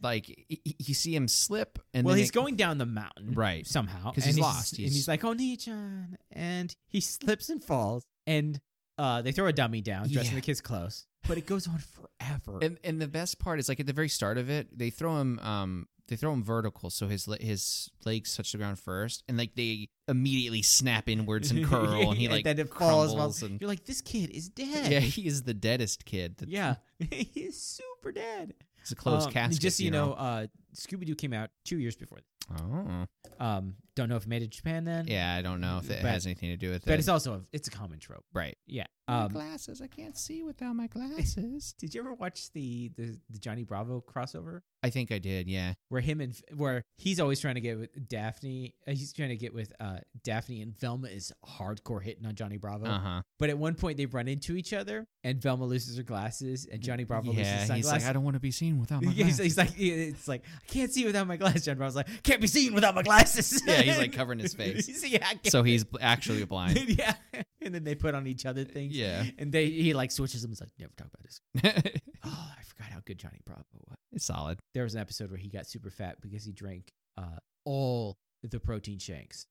[SPEAKER 1] like, y- y- you see him slip. and
[SPEAKER 2] well,
[SPEAKER 1] then
[SPEAKER 2] he's
[SPEAKER 1] it-
[SPEAKER 2] going down the
[SPEAKER 1] <laughs>
[SPEAKER 2] mountain
[SPEAKER 1] Right.
[SPEAKER 2] somehow
[SPEAKER 1] 'Cause
[SPEAKER 2] and
[SPEAKER 1] he's lost.
[SPEAKER 2] and
[SPEAKER 1] He's-
[SPEAKER 2] he's like, "Oh, Nichan," and he slips and falls, and uh, they throw a dummy down, dressed in
[SPEAKER 1] Yeah.
[SPEAKER 2] the kid's clothes, but it goes on forever.
[SPEAKER 1] <laughs> And and the best part is like at the very start of it, they throw him um they throw him vertical, so his le- his legs touch the ground first, and like they immediately snap inwards
[SPEAKER 2] <laughs>
[SPEAKER 1] and curl, and he like
[SPEAKER 2] then it falls. while-
[SPEAKER 1] crumbles and-
[SPEAKER 2] You're like, this kid is
[SPEAKER 1] <laughs>
[SPEAKER 2] dead.
[SPEAKER 1] yeah, he is the deadest kid. That's, <laughs>
[SPEAKER 2] yeah, <laughs> he is super dead.
[SPEAKER 1] it's a closed
[SPEAKER 2] Um,
[SPEAKER 1] casket.
[SPEAKER 2] Just so you know,
[SPEAKER 1] funeral.
[SPEAKER 2] uh, Scooby Doo came out two years before. that.
[SPEAKER 1] Oh
[SPEAKER 2] Um, don't know if it made it to Japan then.
[SPEAKER 1] yeah, I don't know if it
[SPEAKER 2] But-
[SPEAKER 1] has anything to do with
[SPEAKER 2] but
[SPEAKER 1] it.
[SPEAKER 2] it's also a, it's a common trope.
[SPEAKER 1] right.
[SPEAKER 2] Yeah. Um,
[SPEAKER 1] glasses, I can't see without my glasses.
[SPEAKER 2] did you ever watch the, the the Johnny Bravo crossover?
[SPEAKER 1] <laughs> I think I did. Yeah.
[SPEAKER 2] where him and where he's always trying to get with Daphne. uh, He's trying to get with uh, Daphne, and Velma is hardcore hitting on Johnny Bravo.
[SPEAKER 1] Uh huh.
[SPEAKER 2] But at one point, they run into each other, and Velma loses her glasses, and Johnny Bravo loses
[SPEAKER 1] Yeah.
[SPEAKER 2] his
[SPEAKER 1] He's like,
[SPEAKER 2] sunglasses.
[SPEAKER 1] I don't want to be seen
[SPEAKER 2] <laughs>
[SPEAKER 1] without my
[SPEAKER 2] Yeah, he's,
[SPEAKER 1] glasses.
[SPEAKER 2] he's like, it's like I can't see without my glasses. Johnny Bravo's like, can't be seen without my glasses.
[SPEAKER 1] <laughs> Yeah, he's,
[SPEAKER 2] <laughs>
[SPEAKER 1] like, covering his face.
[SPEAKER 2] He's- yeah, I can't-
[SPEAKER 1] so
[SPEAKER 2] <laughs>
[SPEAKER 1] he's bl- actually blind. <laughs>
[SPEAKER 2] yeah. And then they put on each other things.
[SPEAKER 1] yeah.
[SPEAKER 2] And they he like switches them. He's like, never talk about this.
[SPEAKER 1] it's
[SPEAKER 2] Oh, I forgot how good Johnny Bravo was.
[SPEAKER 1] solid.
[SPEAKER 2] there was an episode where he got super fat because he drank uh, all the protein shakes.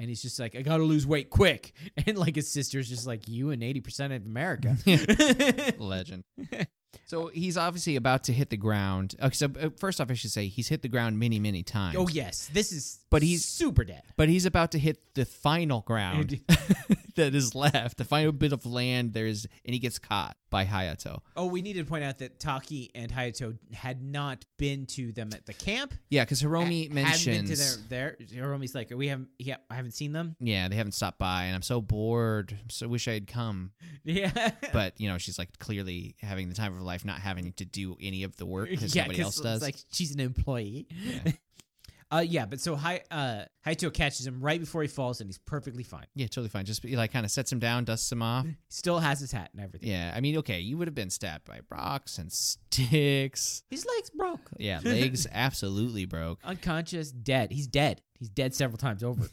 [SPEAKER 2] And he's just like, I gotta lose weight quick. <laughs> And like his sister's just like, you and 80% of
[SPEAKER 1] <laughs>
[SPEAKER 2] America. <laughs>
[SPEAKER 1] legend. so he's obviously about to hit the ground. Okay, so uh, first off, I should say he's hit the ground many, many times.
[SPEAKER 2] oh, yes. This is
[SPEAKER 1] But he's-
[SPEAKER 2] super dead.
[SPEAKER 1] But he's about to hit the final ground <laughs> that is left, the final bit of land there is, and he gets caught by Hayato.
[SPEAKER 2] Oh, we need to point out that Taki and Hayato had not been to them at the camp.
[SPEAKER 1] Yeah, because Hiromi
[SPEAKER 2] Ha- Hadn't been
[SPEAKER 1] mentions.
[SPEAKER 2] to their, their Hiromi's like, we haven't, yeah, I haven't seen them. <laughs>
[SPEAKER 1] Yeah, they haven't stopped by, and I'm so bored. So wish I had come.
[SPEAKER 2] Yeah.
[SPEAKER 1] But you know, she's like clearly having the time of her life, not having to do any of the work because
[SPEAKER 2] <laughs> yeah,
[SPEAKER 1] nobody
[SPEAKER 2] 'cause
[SPEAKER 1] else
[SPEAKER 2] it's
[SPEAKER 1] does.
[SPEAKER 2] Like she's an employee. <laughs> uh, yeah, but so Hai, uh, Haito catches him right before he falls, and he's perfectly fine.
[SPEAKER 1] yeah, totally fine. Just like kind of sets him down, dusts him off.
[SPEAKER 2] Still has his hat and everything.
[SPEAKER 1] Yeah, I mean, okay, you would have been stabbed by rocks and sticks.
[SPEAKER 2] His legs broke. <laughs>
[SPEAKER 1] Yeah, legs absolutely broke.
[SPEAKER 2] Unconscious, dead. He's dead. He's dead several
[SPEAKER 1] <laughs>
[SPEAKER 2] times over.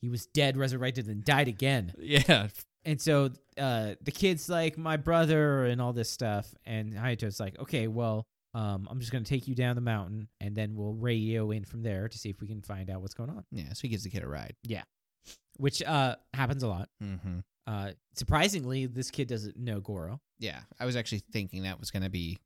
[SPEAKER 2] he was dead, resurrected, and died again.
[SPEAKER 1] yeah,
[SPEAKER 2] And so uh, the kid's like, my brother, and all this stuff. And Hayato's like, okay, well, um, I'm just going to take you down the mountain, and then we'll radio in from there to see if we can find out what's going on,
[SPEAKER 1] yeah. So he gives the kid a ride.
[SPEAKER 2] which uh, happens a lot.
[SPEAKER 1] Mm-hmm.
[SPEAKER 2] Uh, surprisingly, this kid doesn't know Goro.
[SPEAKER 1] Yeah, I was actually thinking that was gonna be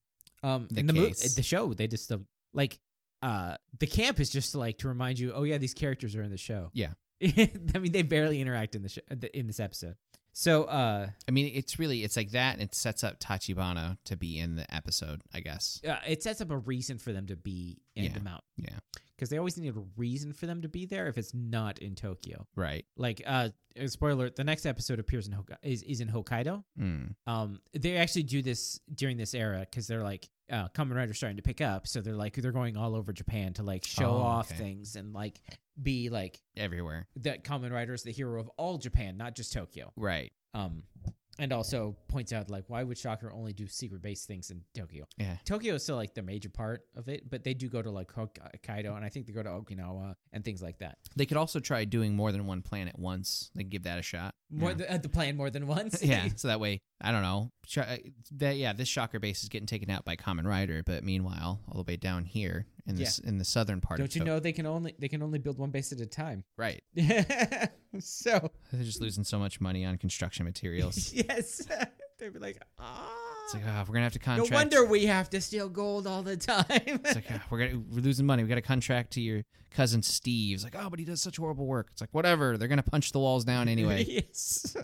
[SPEAKER 2] Um,
[SPEAKER 1] The
[SPEAKER 2] in the mo-
[SPEAKER 1] case.
[SPEAKER 2] the show, they just uh, like uh, the camp is just like to remind you, oh yeah, these characters are in the show.
[SPEAKER 1] Yeah.
[SPEAKER 2] <laughs> I mean they barely interact in the show in this episode. So uh,
[SPEAKER 1] I mean, it's really it's like that, and it sets up Tachibana to be in the episode, I guess.
[SPEAKER 2] uh, it sets up a reason for them to be in
[SPEAKER 1] Yeah.
[SPEAKER 2] the mountain.
[SPEAKER 1] Yeah.
[SPEAKER 2] because they always need a reason for them to be there if it's not in Tokyo.
[SPEAKER 1] Right.
[SPEAKER 2] Like uh, spoiler, the next episode appears in Hoka- is is in Hokkaido.
[SPEAKER 1] Mm.
[SPEAKER 2] um they actually do this during this era because they're like uh common rider starting to pick up so they're like they're going all over japan to like show
[SPEAKER 1] Oh,
[SPEAKER 2] off
[SPEAKER 1] okay.
[SPEAKER 2] things and like be like
[SPEAKER 1] Everywhere.
[SPEAKER 2] that common rider is the hero of all japan not just tokyo
[SPEAKER 1] Right.
[SPEAKER 2] um and also points out like why would shocker only do secret base things in tokyo
[SPEAKER 1] Yeah.
[SPEAKER 2] tokyo is still like the major part of it but they do go to like hokkaido and i think they go to okinawa and things like that
[SPEAKER 1] They could also try doing more than one plan at once. They could give that a shot.
[SPEAKER 2] more
[SPEAKER 1] Yeah.
[SPEAKER 2] th- uh, the plan more than once
[SPEAKER 1] <laughs> yeah, so that way, I don't know. Sh- uh, That yeah, this shocker base is getting taken out by Common Rider, but meanwhile, all the way down here in this in the southern part of
[SPEAKER 2] <laughs> don't you
[SPEAKER 1] Tok-
[SPEAKER 2] know they can only they can only build one base at a time <laughs>
[SPEAKER 1] Right,
[SPEAKER 2] so
[SPEAKER 1] they're just losing so much money on construction materials.
[SPEAKER 2] <laughs> yes. They'd be like, ah.
[SPEAKER 1] It's like ah, we're gonna have to
[SPEAKER 2] no
[SPEAKER 1] contract.
[SPEAKER 2] wonder we have to steal gold all the time.
[SPEAKER 1] It's like ah, we're gonna we're losing money. We got to contract to your cousin Steve. It's like oh, but he does such horrible work. It's like whatever. They're gonna punch the walls down anyway.
[SPEAKER 2] <laughs> yes.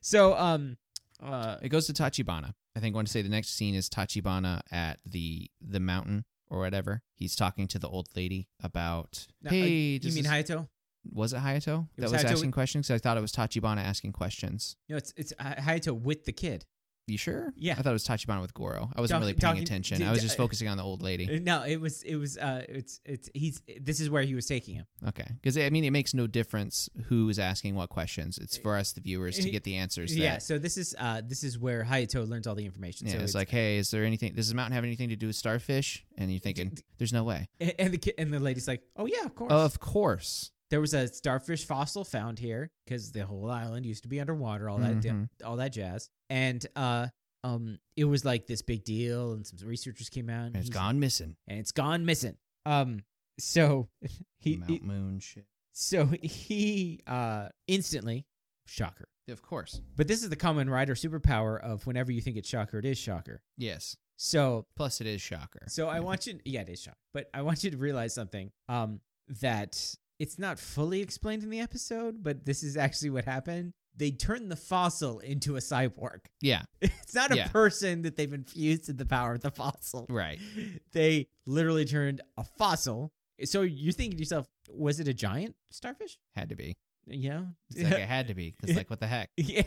[SPEAKER 2] So, um, uh,
[SPEAKER 1] It goes to Tachibana. I think I want to say the next scene is Tachibana at the the mountain or whatever. He's talking to the old lady about
[SPEAKER 2] now, uh,
[SPEAKER 1] hey,
[SPEAKER 2] you
[SPEAKER 1] does
[SPEAKER 2] mean
[SPEAKER 1] this-
[SPEAKER 2] Hayato?
[SPEAKER 1] was it Hayato
[SPEAKER 2] It
[SPEAKER 1] that
[SPEAKER 2] was
[SPEAKER 1] was,
[SPEAKER 2] Hayato
[SPEAKER 1] asking questions? 'Cause I thought it was Tachibana asking questions.
[SPEAKER 2] No, it's it's Hi- Hayato uh, with the kid.
[SPEAKER 1] You sure?
[SPEAKER 2] Yeah.
[SPEAKER 1] I thought it was Tachibana with Goro. I wasn't
[SPEAKER 2] Doc-
[SPEAKER 1] really paying
[SPEAKER 2] Doc-
[SPEAKER 1] attention.
[SPEAKER 2] d-
[SPEAKER 1] I was
[SPEAKER 2] d- uh,
[SPEAKER 1] just focusing on the old lady.
[SPEAKER 2] No, it was it was uh it's it's he's this is where he was taking him.
[SPEAKER 1] Okay. Because, I mean, it makes no difference who is asking what questions. It's for us, the viewers, to
[SPEAKER 2] Eh,
[SPEAKER 1] get the answers.
[SPEAKER 2] yeah,
[SPEAKER 1] That,
[SPEAKER 2] so this is uh this is where Hayato learns all the information.
[SPEAKER 1] yeah.
[SPEAKER 2] so
[SPEAKER 1] it's like, hey, is there anything, does the mountain have anything to do with starfish? And you're thinking, there's no way.
[SPEAKER 2] and- <laughs> and the ki- and the lady's like, "Oh yeah, of course."
[SPEAKER 1] Of course.
[SPEAKER 2] there was a starfish fossil found here because the whole island used to be underwater, all that
[SPEAKER 1] Mhm.
[SPEAKER 2] da- all that jazz, and uh, um, it was like this big deal, and some researchers came out,
[SPEAKER 1] And
[SPEAKER 2] and
[SPEAKER 1] it's
[SPEAKER 2] he's-
[SPEAKER 1] gone missing.
[SPEAKER 2] and it's gone missing. Um, so <laughs> he,
[SPEAKER 1] Mount
[SPEAKER 2] he-
[SPEAKER 1] Moon shit.
[SPEAKER 2] so he uh instantly shocker.
[SPEAKER 1] Of course.
[SPEAKER 2] But this is the common rider superpower of whenever you think it's shocker, it is shocker.
[SPEAKER 1] Yes.
[SPEAKER 2] So
[SPEAKER 1] Plus, it is shocker.
[SPEAKER 2] So I want you, yeah, it is shock, but I want you to realize something um, that it's not fully explained in the episode, but this is actually what happened. They turned the fossil into a cyborg. <laughs>
[SPEAKER 1] Yeah.
[SPEAKER 2] It's not a
[SPEAKER 1] Yeah.
[SPEAKER 2] person that they've infused with the power of the fossil.
[SPEAKER 1] Right.
[SPEAKER 2] <laughs> They literally turned a fossil. So you're thinking to yourself, was it a giant starfish?
[SPEAKER 1] Had to be.
[SPEAKER 2] Yeah.
[SPEAKER 1] It's like it had to be. Because, like, what the heck?
[SPEAKER 2] <laughs> Yeah.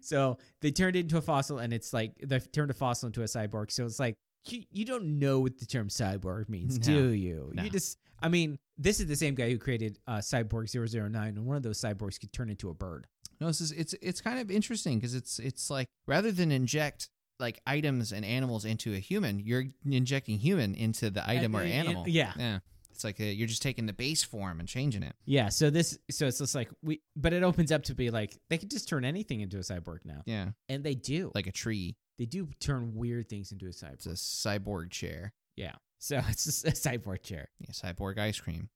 [SPEAKER 2] so they turned it into a fossil, and it's like they've turned a fossil into a cyborg. So it's like you, you don't know what the term cyborg means,
[SPEAKER 1] No.
[SPEAKER 2] do you?
[SPEAKER 1] No.
[SPEAKER 2] You just, I mean, this is the same guy who created uh, Cyborg 009, and one of those cyborgs could turn into a bird.
[SPEAKER 1] No, this is it's it's kind of interesting because it's it's like rather than inject like items and animals into a human, you're injecting human into the item or
[SPEAKER 2] Uh, uh,
[SPEAKER 1] animal.
[SPEAKER 2] yeah.
[SPEAKER 1] yeah. It's like uh you're just taking the base form and changing it.
[SPEAKER 2] Yeah. So this, so it's just like we, but it opens up to be like they could just turn anything into a cyborg now,
[SPEAKER 1] Yeah,
[SPEAKER 2] and they do.
[SPEAKER 1] like a tree.
[SPEAKER 2] they do turn weird things into a cyborg.
[SPEAKER 1] It's a cyborg chair.
[SPEAKER 2] yeah. So <laughs> it's just a cyborg chair.
[SPEAKER 1] Yeah, cyborg ice cream.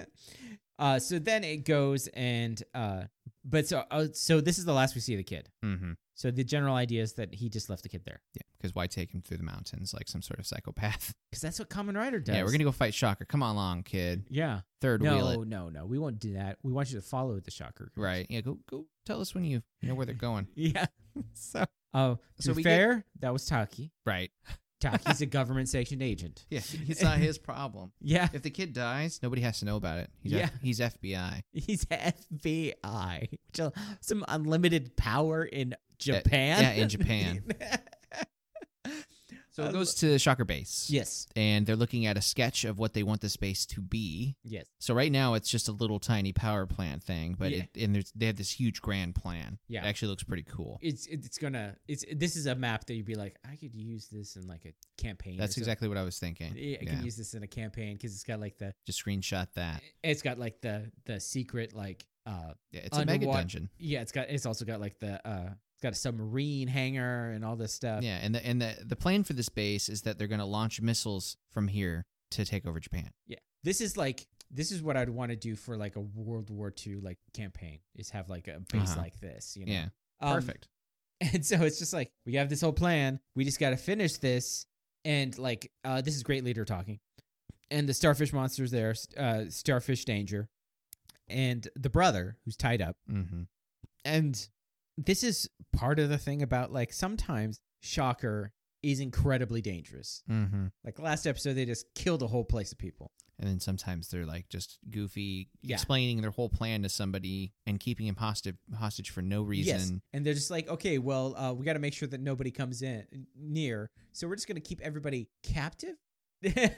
[SPEAKER 2] <laughs> uh, so then it goes and uh, but so uh, so this is the last we see of the kid.
[SPEAKER 1] Mm-hmm.
[SPEAKER 2] So the general idea is that he just left the kid there
[SPEAKER 1] Yeah, because why take him through the mountains like some sort of psychopath?
[SPEAKER 2] because that's what Common Rider does.
[SPEAKER 1] Yeah, we're gonna go fight Shocker. Come on along, kid.
[SPEAKER 2] Yeah.
[SPEAKER 1] Third wheel
[SPEAKER 2] No,
[SPEAKER 1] it.
[SPEAKER 2] no, no. We won't do that. We want you to follow
[SPEAKER 1] <laughs>
[SPEAKER 2] the shocker. groups.
[SPEAKER 1] Right. Yeah. Go go. Tell us when you know where they're going.
[SPEAKER 2] Yeah. so. Oh, to
[SPEAKER 1] So
[SPEAKER 2] be
[SPEAKER 1] we get-
[SPEAKER 2] fair, that was Taki.
[SPEAKER 1] Right.
[SPEAKER 2] Taki's a government sanctioned agent.
[SPEAKER 1] <laughs>
[SPEAKER 2] <laughs>
[SPEAKER 1] Yeah. It's not his problem.
[SPEAKER 2] Yeah.
[SPEAKER 1] If the kid dies, nobody has to know about it. He's
[SPEAKER 2] Yeah.
[SPEAKER 1] F- he's FBI.
[SPEAKER 2] He's FBI. Which, uh, Some unlimited power in Japan.
[SPEAKER 1] yeah, in Japan. So
[SPEAKER 2] I
[SPEAKER 1] it goes to Shocker Base.
[SPEAKER 2] yes.
[SPEAKER 1] And they're looking at a sketch of what they want the space to be.
[SPEAKER 2] Yes.
[SPEAKER 1] So right now it's just a little tiny power plant thing, but
[SPEAKER 2] Yeah.
[SPEAKER 1] it, and there's, they have this huge grand plan.
[SPEAKER 2] Yeah.
[SPEAKER 1] It actually looks pretty cool.
[SPEAKER 2] it's it's gonna it's this is a map that you'd be like I could use this in like a campaign. or
[SPEAKER 1] That's
[SPEAKER 2] something.
[SPEAKER 1] exactly what I was thinking.
[SPEAKER 2] Yeah, I could use this in a campaign because it's got like the
[SPEAKER 1] Just screenshot that.
[SPEAKER 2] it's got like the the secret like uh
[SPEAKER 1] Yeah, it's a mega
[SPEAKER 2] Underwater-
[SPEAKER 1] dungeon.
[SPEAKER 2] yeah it's got it's also got like the uh it's got a submarine hangar and all this stuff.
[SPEAKER 1] yeah, and the and the, the plan for this base is that they're going to launch missiles from here to take over Japan.
[SPEAKER 2] This is like this is what I'd want to do for like a World War II like campaign is have like a base
[SPEAKER 1] Uh-huh.
[SPEAKER 2] like this. You know?
[SPEAKER 1] Yeah,
[SPEAKER 2] Um,
[SPEAKER 1] perfect.
[SPEAKER 2] <laughs> And so it's just like we have this whole plan. We just got to finish this. And like uh, this is great leader talking. And the starfish monster's there, uh, starfish danger, and the brother who's tied up.
[SPEAKER 1] Mm-hmm.
[SPEAKER 2] And this is part of the thing about like sometimes Shocker is incredibly dangerous.
[SPEAKER 1] Mm-hmm.
[SPEAKER 2] Like last episode, they just killed a whole place of people.
[SPEAKER 1] And then sometimes they're like just goofy,
[SPEAKER 2] Yeah.
[SPEAKER 1] explaining their whole plan to somebody and keeping him hostage, hostage for no
[SPEAKER 2] Yes,
[SPEAKER 1] reason.
[SPEAKER 2] and they're just like, okay, well, uh, we got to make sure that nobody comes in near, so we're just gonna keep everybody captive. <laughs> and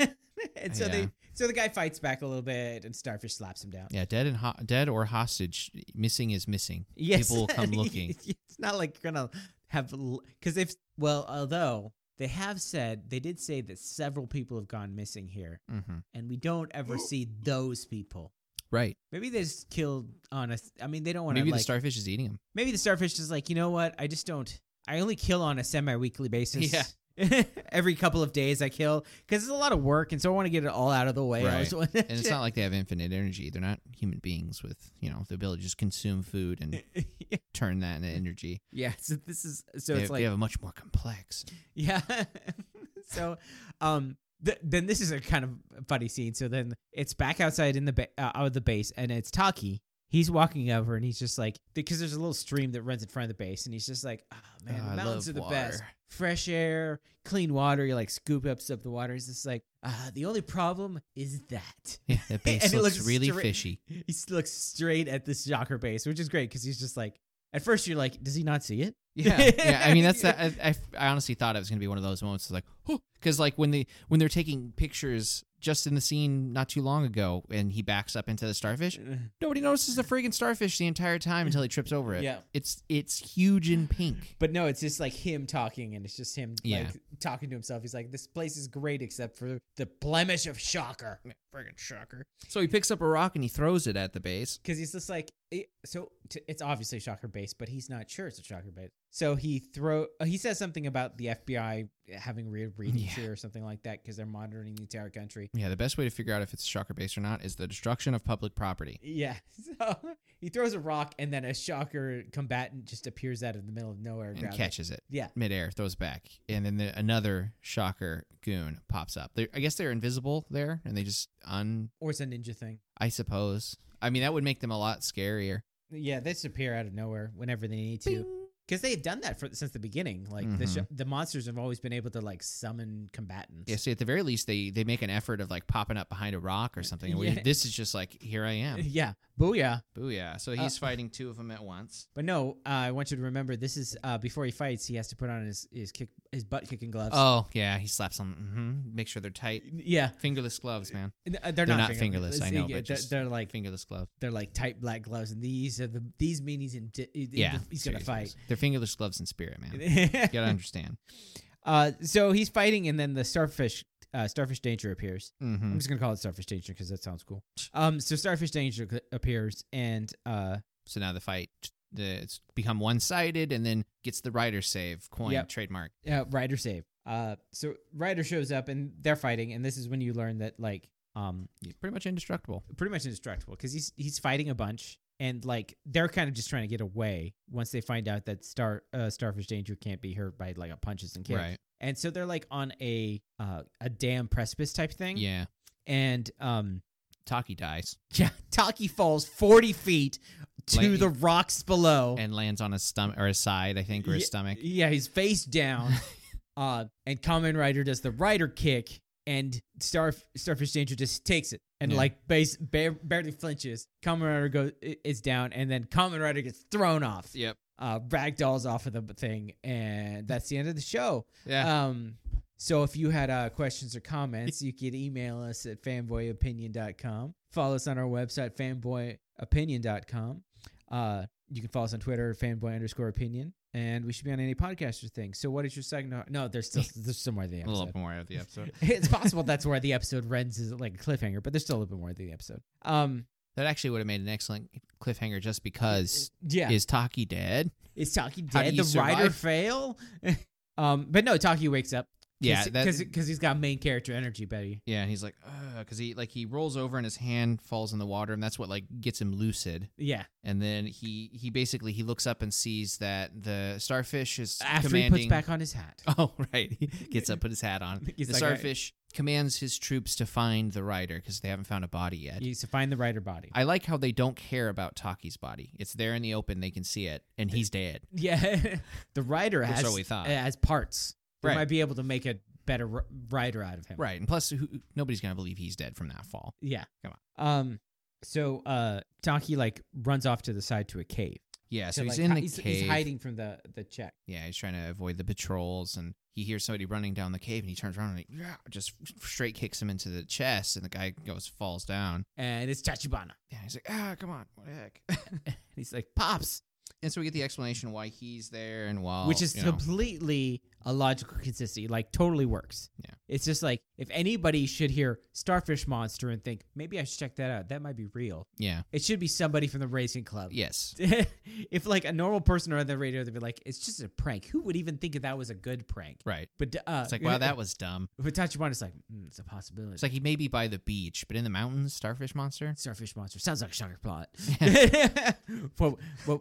[SPEAKER 2] so
[SPEAKER 1] Yeah.
[SPEAKER 2] they, so the guy fights back a little bit, and Starfish slaps him down. <laughs>
[SPEAKER 1] Yeah, dead and ho- dead or hostage, missing is missing.
[SPEAKER 2] Yes,
[SPEAKER 1] People will
[SPEAKER 2] <laughs>
[SPEAKER 1] come looking.
[SPEAKER 2] it's not like you're gonna have because they've well, although they have said they did say that several people have gone missing here,
[SPEAKER 1] hmm
[SPEAKER 2] and we don't ever see those people.
[SPEAKER 1] Right.
[SPEAKER 2] Maybe they just killed on us. I mean, they don't want to
[SPEAKER 1] Maybe
[SPEAKER 2] like,
[SPEAKER 1] the starfish is eating him.
[SPEAKER 2] maybe the starfish is like, you know what? I just don't. I only kill on a semi-weekly basis.
[SPEAKER 1] Yeah.
[SPEAKER 2] <laughs> Every couple of days I kill because it's a lot of work, and so I want to get it all out of the way. I
[SPEAKER 1] Right.
[SPEAKER 2] just <laughs> wanna-
[SPEAKER 1] And it's not like they have infinite energy. They're not human beings with you know the ability to just consume food
[SPEAKER 2] Eh.
[SPEAKER 1] and turn that into energy.
[SPEAKER 2] yeah. So this is so
[SPEAKER 1] they,
[SPEAKER 2] it's
[SPEAKER 1] they
[SPEAKER 2] like
[SPEAKER 1] have a much more
[SPEAKER 2] <laughs>
[SPEAKER 1] complex.
[SPEAKER 2] yeah. so, um, th- then this is a kind of funny scene. So then it's back outside in the ba- uh, out of the base, and it's Taki. He's walking over, and he's just like because there's a little stream that runs in front of the base, and he's just like, oh, man,
[SPEAKER 1] Oh,
[SPEAKER 2] the
[SPEAKER 1] I
[SPEAKER 2] mountains
[SPEAKER 1] love
[SPEAKER 2] are the
[SPEAKER 1] water."
[SPEAKER 2] best. fresh air, clean water. You like scoop up stuff the water. It's just like uh, the only problem is that <laughs>
[SPEAKER 1] Yeah, that base
[SPEAKER 2] And it
[SPEAKER 1] looks,
[SPEAKER 2] looks
[SPEAKER 1] really
[SPEAKER 2] straight-
[SPEAKER 1] fishy.
[SPEAKER 2] <laughs> he s- looks straight at this shocker base, which is great because he's just like. At first, you're like, does he not see it?
[SPEAKER 1] Yeah, <laughs> yeah. I mean, that's that. I, I, I honestly thought it was gonna be one of those moments, like, because like when they when they're taking pictures just in the scene not too long ago, and he backs up into the starfish. Nobody notices the friggin' starfish the entire time until he trips over it.
[SPEAKER 2] Yeah.
[SPEAKER 1] it's it's huge and pink.
[SPEAKER 2] But no, it's just like him talking, and it's just him
[SPEAKER 1] Yeah.
[SPEAKER 2] like talking to himself. He's like, "This place is great, except for the blemish of shocker, friggin' shocker."
[SPEAKER 1] So he picks up a rock and he throws it at the base.
[SPEAKER 2] Because he's just like, it, so t- it's obviously shocker base, but he's not sure it's a shocker base. So he throw uh, he says something about the FBI having
[SPEAKER 1] <laughs>
[SPEAKER 2] weird readings
[SPEAKER 1] Yeah.
[SPEAKER 2] here or something like that because they're monitoring the entire country.
[SPEAKER 1] Yeah, the best way to figure out if it's a shocker base or not is the destruction of public property.
[SPEAKER 2] Yeah, <laughs> so he throws a rock, and then a shocker combatant just appears out of the middle of nowhere.
[SPEAKER 1] And
[SPEAKER 2] grabs it.
[SPEAKER 1] catches it
[SPEAKER 2] Yeah,
[SPEAKER 1] midair, throws back, and then the, another shocker goon pops up. they I guess they're invisible there, and they just un.
[SPEAKER 2] or it's a ninja thing.
[SPEAKER 1] I suppose. I mean, that would make them a lot scarier.
[SPEAKER 2] Yeah, they just appear out of nowhere whenever they need to. because they've done that for, since the beginning. Like the sh-
[SPEAKER 1] Mhm.
[SPEAKER 2] the monsters have always been able to like summon combatants.
[SPEAKER 1] Yeah, see, at the very least, they they make an effort of like popping up behind a rock or something. and we-
[SPEAKER 2] Yeah.
[SPEAKER 1] This is just like here I am,
[SPEAKER 2] <laughs> yeah, booyah!
[SPEAKER 1] booyah.
[SPEAKER 2] Uh,
[SPEAKER 1] So he's fighting two of them at once.
[SPEAKER 2] But no, uh, I want you to remember this is uh, before he fights. He has to put on his his kick his butt kicking gloves.
[SPEAKER 1] Oh yeah, he slaps them. hmm Make sure they're tight.
[SPEAKER 2] yeah,
[SPEAKER 1] Fingerless gloves, man.
[SPEAKER 2] N- uh, they're,
[SPEAKER 1] They're
[SPEAKER 2] not,
[SPEAKER 1] not fingerless, I know,
[SPEAKER 2] Yeah,
[SPEAKER 1] but
[SPEAKER 2] they're,
[SPEAKER 1] just-
[SPEAKER 2] they're like
[SPEAKER 1] Fingerless gloves.
[SPEAKER 2] they're like tight black gloves, and these are the these mean he's in. di- in
[SPEAKER 1] Yeah,
[SPEAKER 2] the- he's gonna
[SPEAKER 1] seriously.
[SPEAKER 2] fight.
[SPEAKER 1] They're fingerless gloves in spirit, man. You gotta understand.
[SPEAKER 2] <laughs> uh, so he's fighting, and then the starfish uh, starfish danger appears.
[SPEAKER 1] Mm-hmm.
[SPEAKER 2] <laughs> I'm just gonna call it Starfish Danger because that sounds cool. Um, so Starfish Danger c- appears, and uh,
[SPEAKER 1] So now the fight the, it's become one sided, and then gets the rider save coin
[SPEAKER 2] Yep.
[SPEAKER 1] trademark.
[SPEAKER 2] uh, Ryder save. Uh, so Ryder shows up, and they're fighting, and this is when you learn that like um,
[SPEAKER 1] He's pretty much indestructible.
[SPEAKER 2] pretty much indestructible because he's he's fighting a bunch, and like they're kind of just trying to get away once they find out that Star uh, Starfish Danger can't be hurt by like a punches and kicks.
[SPEAKER 1] Right.
[SPEAKER 2] And so they're like on a uh, a damn precipice type thing,
[SPEAKER 1] Yeah.
[SPEAKER 2] and um, <laughs>
[SPEAKER 1] Taki dies
[SPEAKER 2] yeah, Taki falls forty feet to
[SPEAKER 1] Like-
[SPEAKER 2] the rocks below.
[SPEAKER 1] and lands on his stomach or his side, I think, or his
[SPEAKER 2] Ye-
[SPEAKER 1] stomach.
[SPEAKER 2] Yeah, he's face
[SPEAKER 1] <laughs>
[SPEAKER 2] down. uh, and Common Rider does the Rider kick, and Starf- Starfish Danger just takes it and
[SPEAKER 1] Yeah.
[SPEAKER 2] like base bare- barely flinches. Common Rider goes i- is down, and then Common Rider gets thrown off.
[SPEAKER 1] Yep.
[SPEAKER 2] Uh, ragdolls off of the thing, and that's the end of the show.
[SPEAKER 1] Yeah.
[SPEAKER 2] Um, so if you had uh, questions or comments, you could email us at fanboyopinion.com. Follow us on our website, fanboyopinion.com. Uh, you can follow us on Twitter, fanboy underscore opinion. And we should be on any podcaster thing. So what is your second? No, there's
[SPEAKER 1] <laughs>
[SPEAKER 2] still there's somewhere in the
[SPEAKER 1] a little
[SPEAKER 2] episode.
[SPEAKER 1] more of the episode.
[SPEAKER 2] <laughs> it's possible that's where the episode ends is like a cliffhanger, but there's still a little bit more of the episode. Um,
[SPEAKER 1] That actually would have made an excellent cliffhanger just because
[SPEAKER 2] yeah,
[SPEAKER 1] is Taki dead?
[SPEAKER 2] is Taki
[SPEAKER 1] How do
[SPEAKER 2] dead?
[SPEAKER 1] you
[SPEAKER 2] The writer
[SPEAKER 1] survive?
[SPEAKER 2] fail? <laughs> um, but no, Taki wakes up.
[SPEAKER 1] Yeah, that,
[SPEAKER 2] because because he's got main character energy, Betty.
[SPEAKER 1] yeah, and he's like, because he like he rolls over and his hand falls in the water, and that's what like gets him lucid.
[SPEAKER 2] Yeah.
[SPEAKER 1] And then he he basically he looks up and sees that the starfish is
[SPEAKER 2] after
[SPEAKER 1] commanding.
[SPEAKER 2] he puts back on his hat.
[SPEAKER 1] <laughs> Oh right, he gets up, put his hat on.
[SPEAKER 2] <laughs> He's
[SPEAKER 1] the
[SPEAKER 2] like, "All right."
[SPEAKER 1] starfish commands his troops to find the rider because they haven't found a body yet.
[SPEAKER 2] He needs to find the rider body.
[SPEAKER 1] I like how they don't care about Taki's body. It's there in the open; they can see it, and he's dead.
[SPEAKER 2] <laughs> yeah, the rider
[SPEAKER 1] Or
[SPEAKER 2] has
[SPEAKER 1] so we thought.
[SPEAKER 2] has parts. They
[SPEAKER 1] Right.
[SPEAKER 2] might be able to make a better r- rider out of him.
[SPEAKER 1] Right, and plus, who, nobody's gonna believe he's dead from that fall.
[SPEAKER 2] Yeah.
[SPEAKER 1] Come
[SPEAKER 2] on. Um. So, uh, Taki like runs off to the side to a cave.
[SPEAKER 1] Yeah,
[SPEAKER 2] To,
[SPEAKER 1] so he's
[SPEAKER 2] like,
[SPEAKER 1] in
[SPEAKER 2] hi-
[SPEAKER 1] the
[SPEAKER 2] he's,
[SPEAKER 1] cave.
[SPEAKER 2] He's hiding from the the check.
[SPEAKER 1] Yeah, he's trying to avoid the patrols, and he hears somebody running down the cave, and he turns around and he yeah, just straight kicks him into the chest, and the guy goes falls down.
[SPEAKER 2] And it's Tachibana.
[SPEAKER 1] Yeah, he's like, ah, come on, what the heck? <laughs>
[SPEAKER 2] And he's like, "Pops,"
[SPEAKER 1] and so we get the explanation why he's there and why,
[SPEAKER 2] which is
[SPEAKER 1] Oh, you know,
[SPEAKER 2] completely a logical consistency. Like, totally works.
[SPEAKER 1] Yeah.
[SPEAKER 2] It's just like if anybody should hear starfish monster and think maybe I should check that out. That might be real.
[SPEAKER 1] yeah,
[SPEAKER 2] It should be somebody from the racing club.
[SPEAKER 1] yes,
[SPEAKER 2] <laughs> if like a normal person on the radio, they'd be like, "It's just a prank." Who would even think that that was a good prank?
[SPEAKER 1] right.
[SPEAKER 2] But uh,
[SPEAKER 1] It's like, wow,
[SPEAKER 2] <laughs>
[SPEAKER 1] that was dumb.
[SPEAKER 2] But Tachibana's like, mm, "It's a possibility."
[SPEAKER 1] It's like he may be by the beach, but in the mountains, starfish monster.
[SPEAKER 2] starfish monster sounds like a shocker
[SPEAKER 1] <laughs>
[SPEAKER 2] plot. <laughs> what what,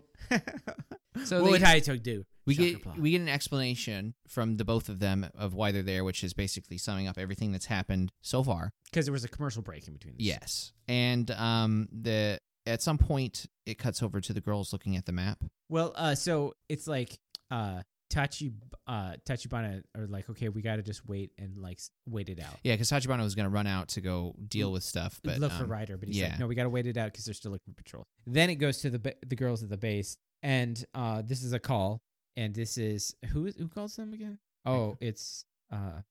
[SPEAKER 1] So
[SPEAKER 2] what
[SPEAKER 1] they-
[SPEAKER 2] would Hayato do?
[SPEAKER 1] We
[SPEAKER 2] Shocker
[SPEAKER 1] get we get an explanation from the both of them of why they're there, which is basically summing up everything that's happened so far.
[SPEAKER 2] because there was a commercial break in between. This.
[SPEAKER 1] Yes, and um, the at some point it cuts over to the girls looking at the map.
[SPEAKER 2] Well, uh, so it's like uh, Tachi uh, Tachibana are like, "Okay, we got to just wait and like s- wait it out."
[SPEAKER 1] Yeah, because Tachibana was going to run out to go deal with stuff, but
[SPEAKER 2] look for
[SPEAKER 1] um,
[SPEAKER 2] Ryder, but he's
[SPEAKER 1] yeah.
[SPEAKER 2] like, no, we gotta wait it out because they're still looking for patrol. Then it goes to the ba- the girls at the base, and uh, this is a call, and this is who who calls them again? Oh, it's uh,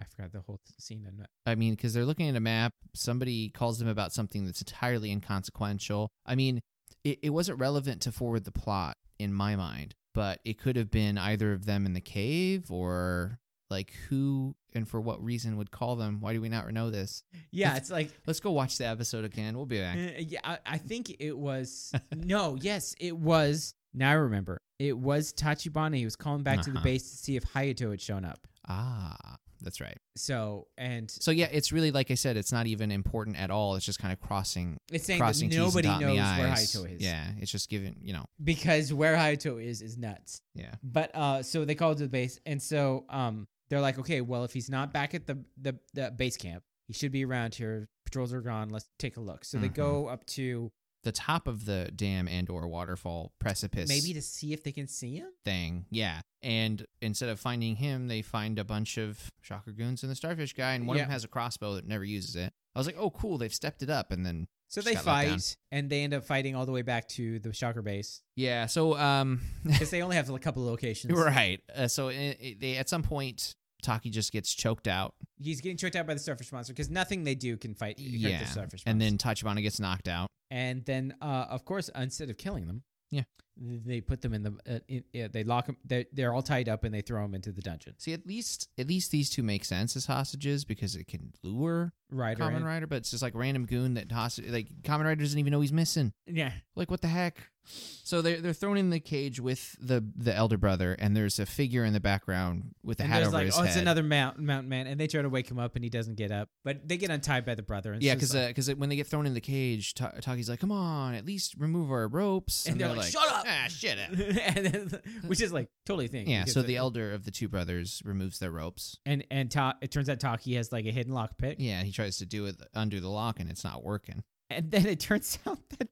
[SPEAKER 2] I forgot the whole scene. I'm not-
[SPEAKER 1] I mean, because they're looking at a map. Somebody calls them about something that's entirely inconsequential. I mean, it, it wasn't relevant to forward the plot in my mind, but it could have been either of them in the cave or like who and for what reason would call them. Why do we not know this?
[SPEAKER 2] Yeah, it's like
[SPEAKER 1] Let's go watch the episode again. We'll be
[SPEAKER 2] uh,
[SPEAKER 1] back.
[SPEAKER 2] yeah. I, I think it was no. Yes, it was. Now I remember. It was Tachibana. He was calling back to the
[SPEAKER 1] Uh-huh.
[SPEAKER 2] base to see if Hayato had shown up.
[SPEAKER 1] Ah, that's right.
[SPEAKER 2] So and
[SPEAKER 1] So yeah, it's really like I said, it's not even important at all. It's just kind of crossing
[SPEAKER 2] it's saying that
[SPEAKER 1] crossing T's and
[SPEAKER 2] nobody
[SPEAKER 1] dotting
[SPEAKER 2] knows where
[SPEAKER 1] the I's.
[SPEAKER 2] Hayato is.
[SPEAKER 1] Yeah, it's just giving you know.
[SPEAKER 2] because where Hayato is is nuts.
[SPEAKER 1] Yeah.
[SPEAKER 2] But uh, so they called to the base, and so um, they're like, okay, well, if he's not back at the the, the base camp, he should be around here. Patrols are gone. Let's take a look. So they
[SPEAKER 1] Mhm.
[SPEAKER 2] go up to
[SPEAKER 1] the top of the dam and or waterfall precipice
[SPEAKER 2] maybe to see if they can see him.
[SPEAKER 1] thing. Yeah. And instead of finding him, they find a bunch of shocker goons and the starfish guy, and one
[SPEAKER 2] Yeah.
[SPEAKER 1] of them has a crossbow that never uses it. I was like, oh, cool, they've stepped it up. And then,
[SPEAKER 2] So
[SPEAKER 1] Just
[SPEAKER 2] they
[SPEAKER 1] got let down.
[SPEAKER 2] fight, and they end up fighting all the way back to the shocker base
[SPEAKER 1] yeah, so, um, <laughs>
[SPEAKER 2] because they only have a couple locations.
[SPEAKER 1] right. Uh, so it, it- they, at some point, Taki just gets choked out.
[SPEAKER 2] He's getting choked out by the starfish monster because nothing they do can fight. can hurt
[SPEAKER 1] yeah.
[SPEAKER 2] the starfish
[SPEAKER 1] and
[SPEAKER 2] monster.
[SPEAKER 1] then Tachibana gets knocked out.
[SPEAKER 2] and then uh, of course instead of killing them
[SPEAKER 1] Yeah.
[SPEAKER 2] they put them in the uh, in, yeah, they lock them they're, they're all tied up and they throw them into the dungeon
[SPEAKER 1] See, at least at least these two make sense as hostages because it can lure
[SPEAKER 2] right
[SPEAKER 1] Common Rider, but it's just like random goon that hostage like Common Rider doesn't even know he's missing.
[SPEAKER 2] yeah
[SPEAKER 1] Like what the heck? So they're they're thrown in the cage with the the elder brother, and there's a figure in the background with a
[SPEAKER 2] and
[SPEAKER 1] hat
[SPEAKER 2] there's
[SPEAKER 1] over
[SPEAKER 2] like
[SPEAKER 1] his
[SPEAKER 2] oh
[SPEAKER 1] head.
[SPEAKER 2] it's another mountain mountain man and they try to wake him up and he doesn't get up but they get untied by the brother and
[SPEAKER 1] yeah,
[SPEAKER 2] so it's
[SPEAKER 1] because
[SPEAKER 2] like-
[SPEAKER 1] when they get thrown in the cage, Ta- Taki's like, "Come on, at least remove our ropes."
[SPEAKER 2] And they're like, "Shut up!"
[SPEAKER 1] Ah, shit.
[SPEAKER 2] <laughs>
[SPEAKER 1] it."
[SPEAKER 2] and then, which is like totally a thing
[SPEAKER 1] yeah.
[SPEAKER 2] because
[SPEAKER 1] So the elder of the two brothers removes their ropes.
[SPEAKER 2] and and Ta- it turns out Taki has like a hidden lockpick
[SPEAKER 1] Yeah, he tries to do it undo the lock, and it's not working.
[SPEAKER 2] and then it turns <laughs> out that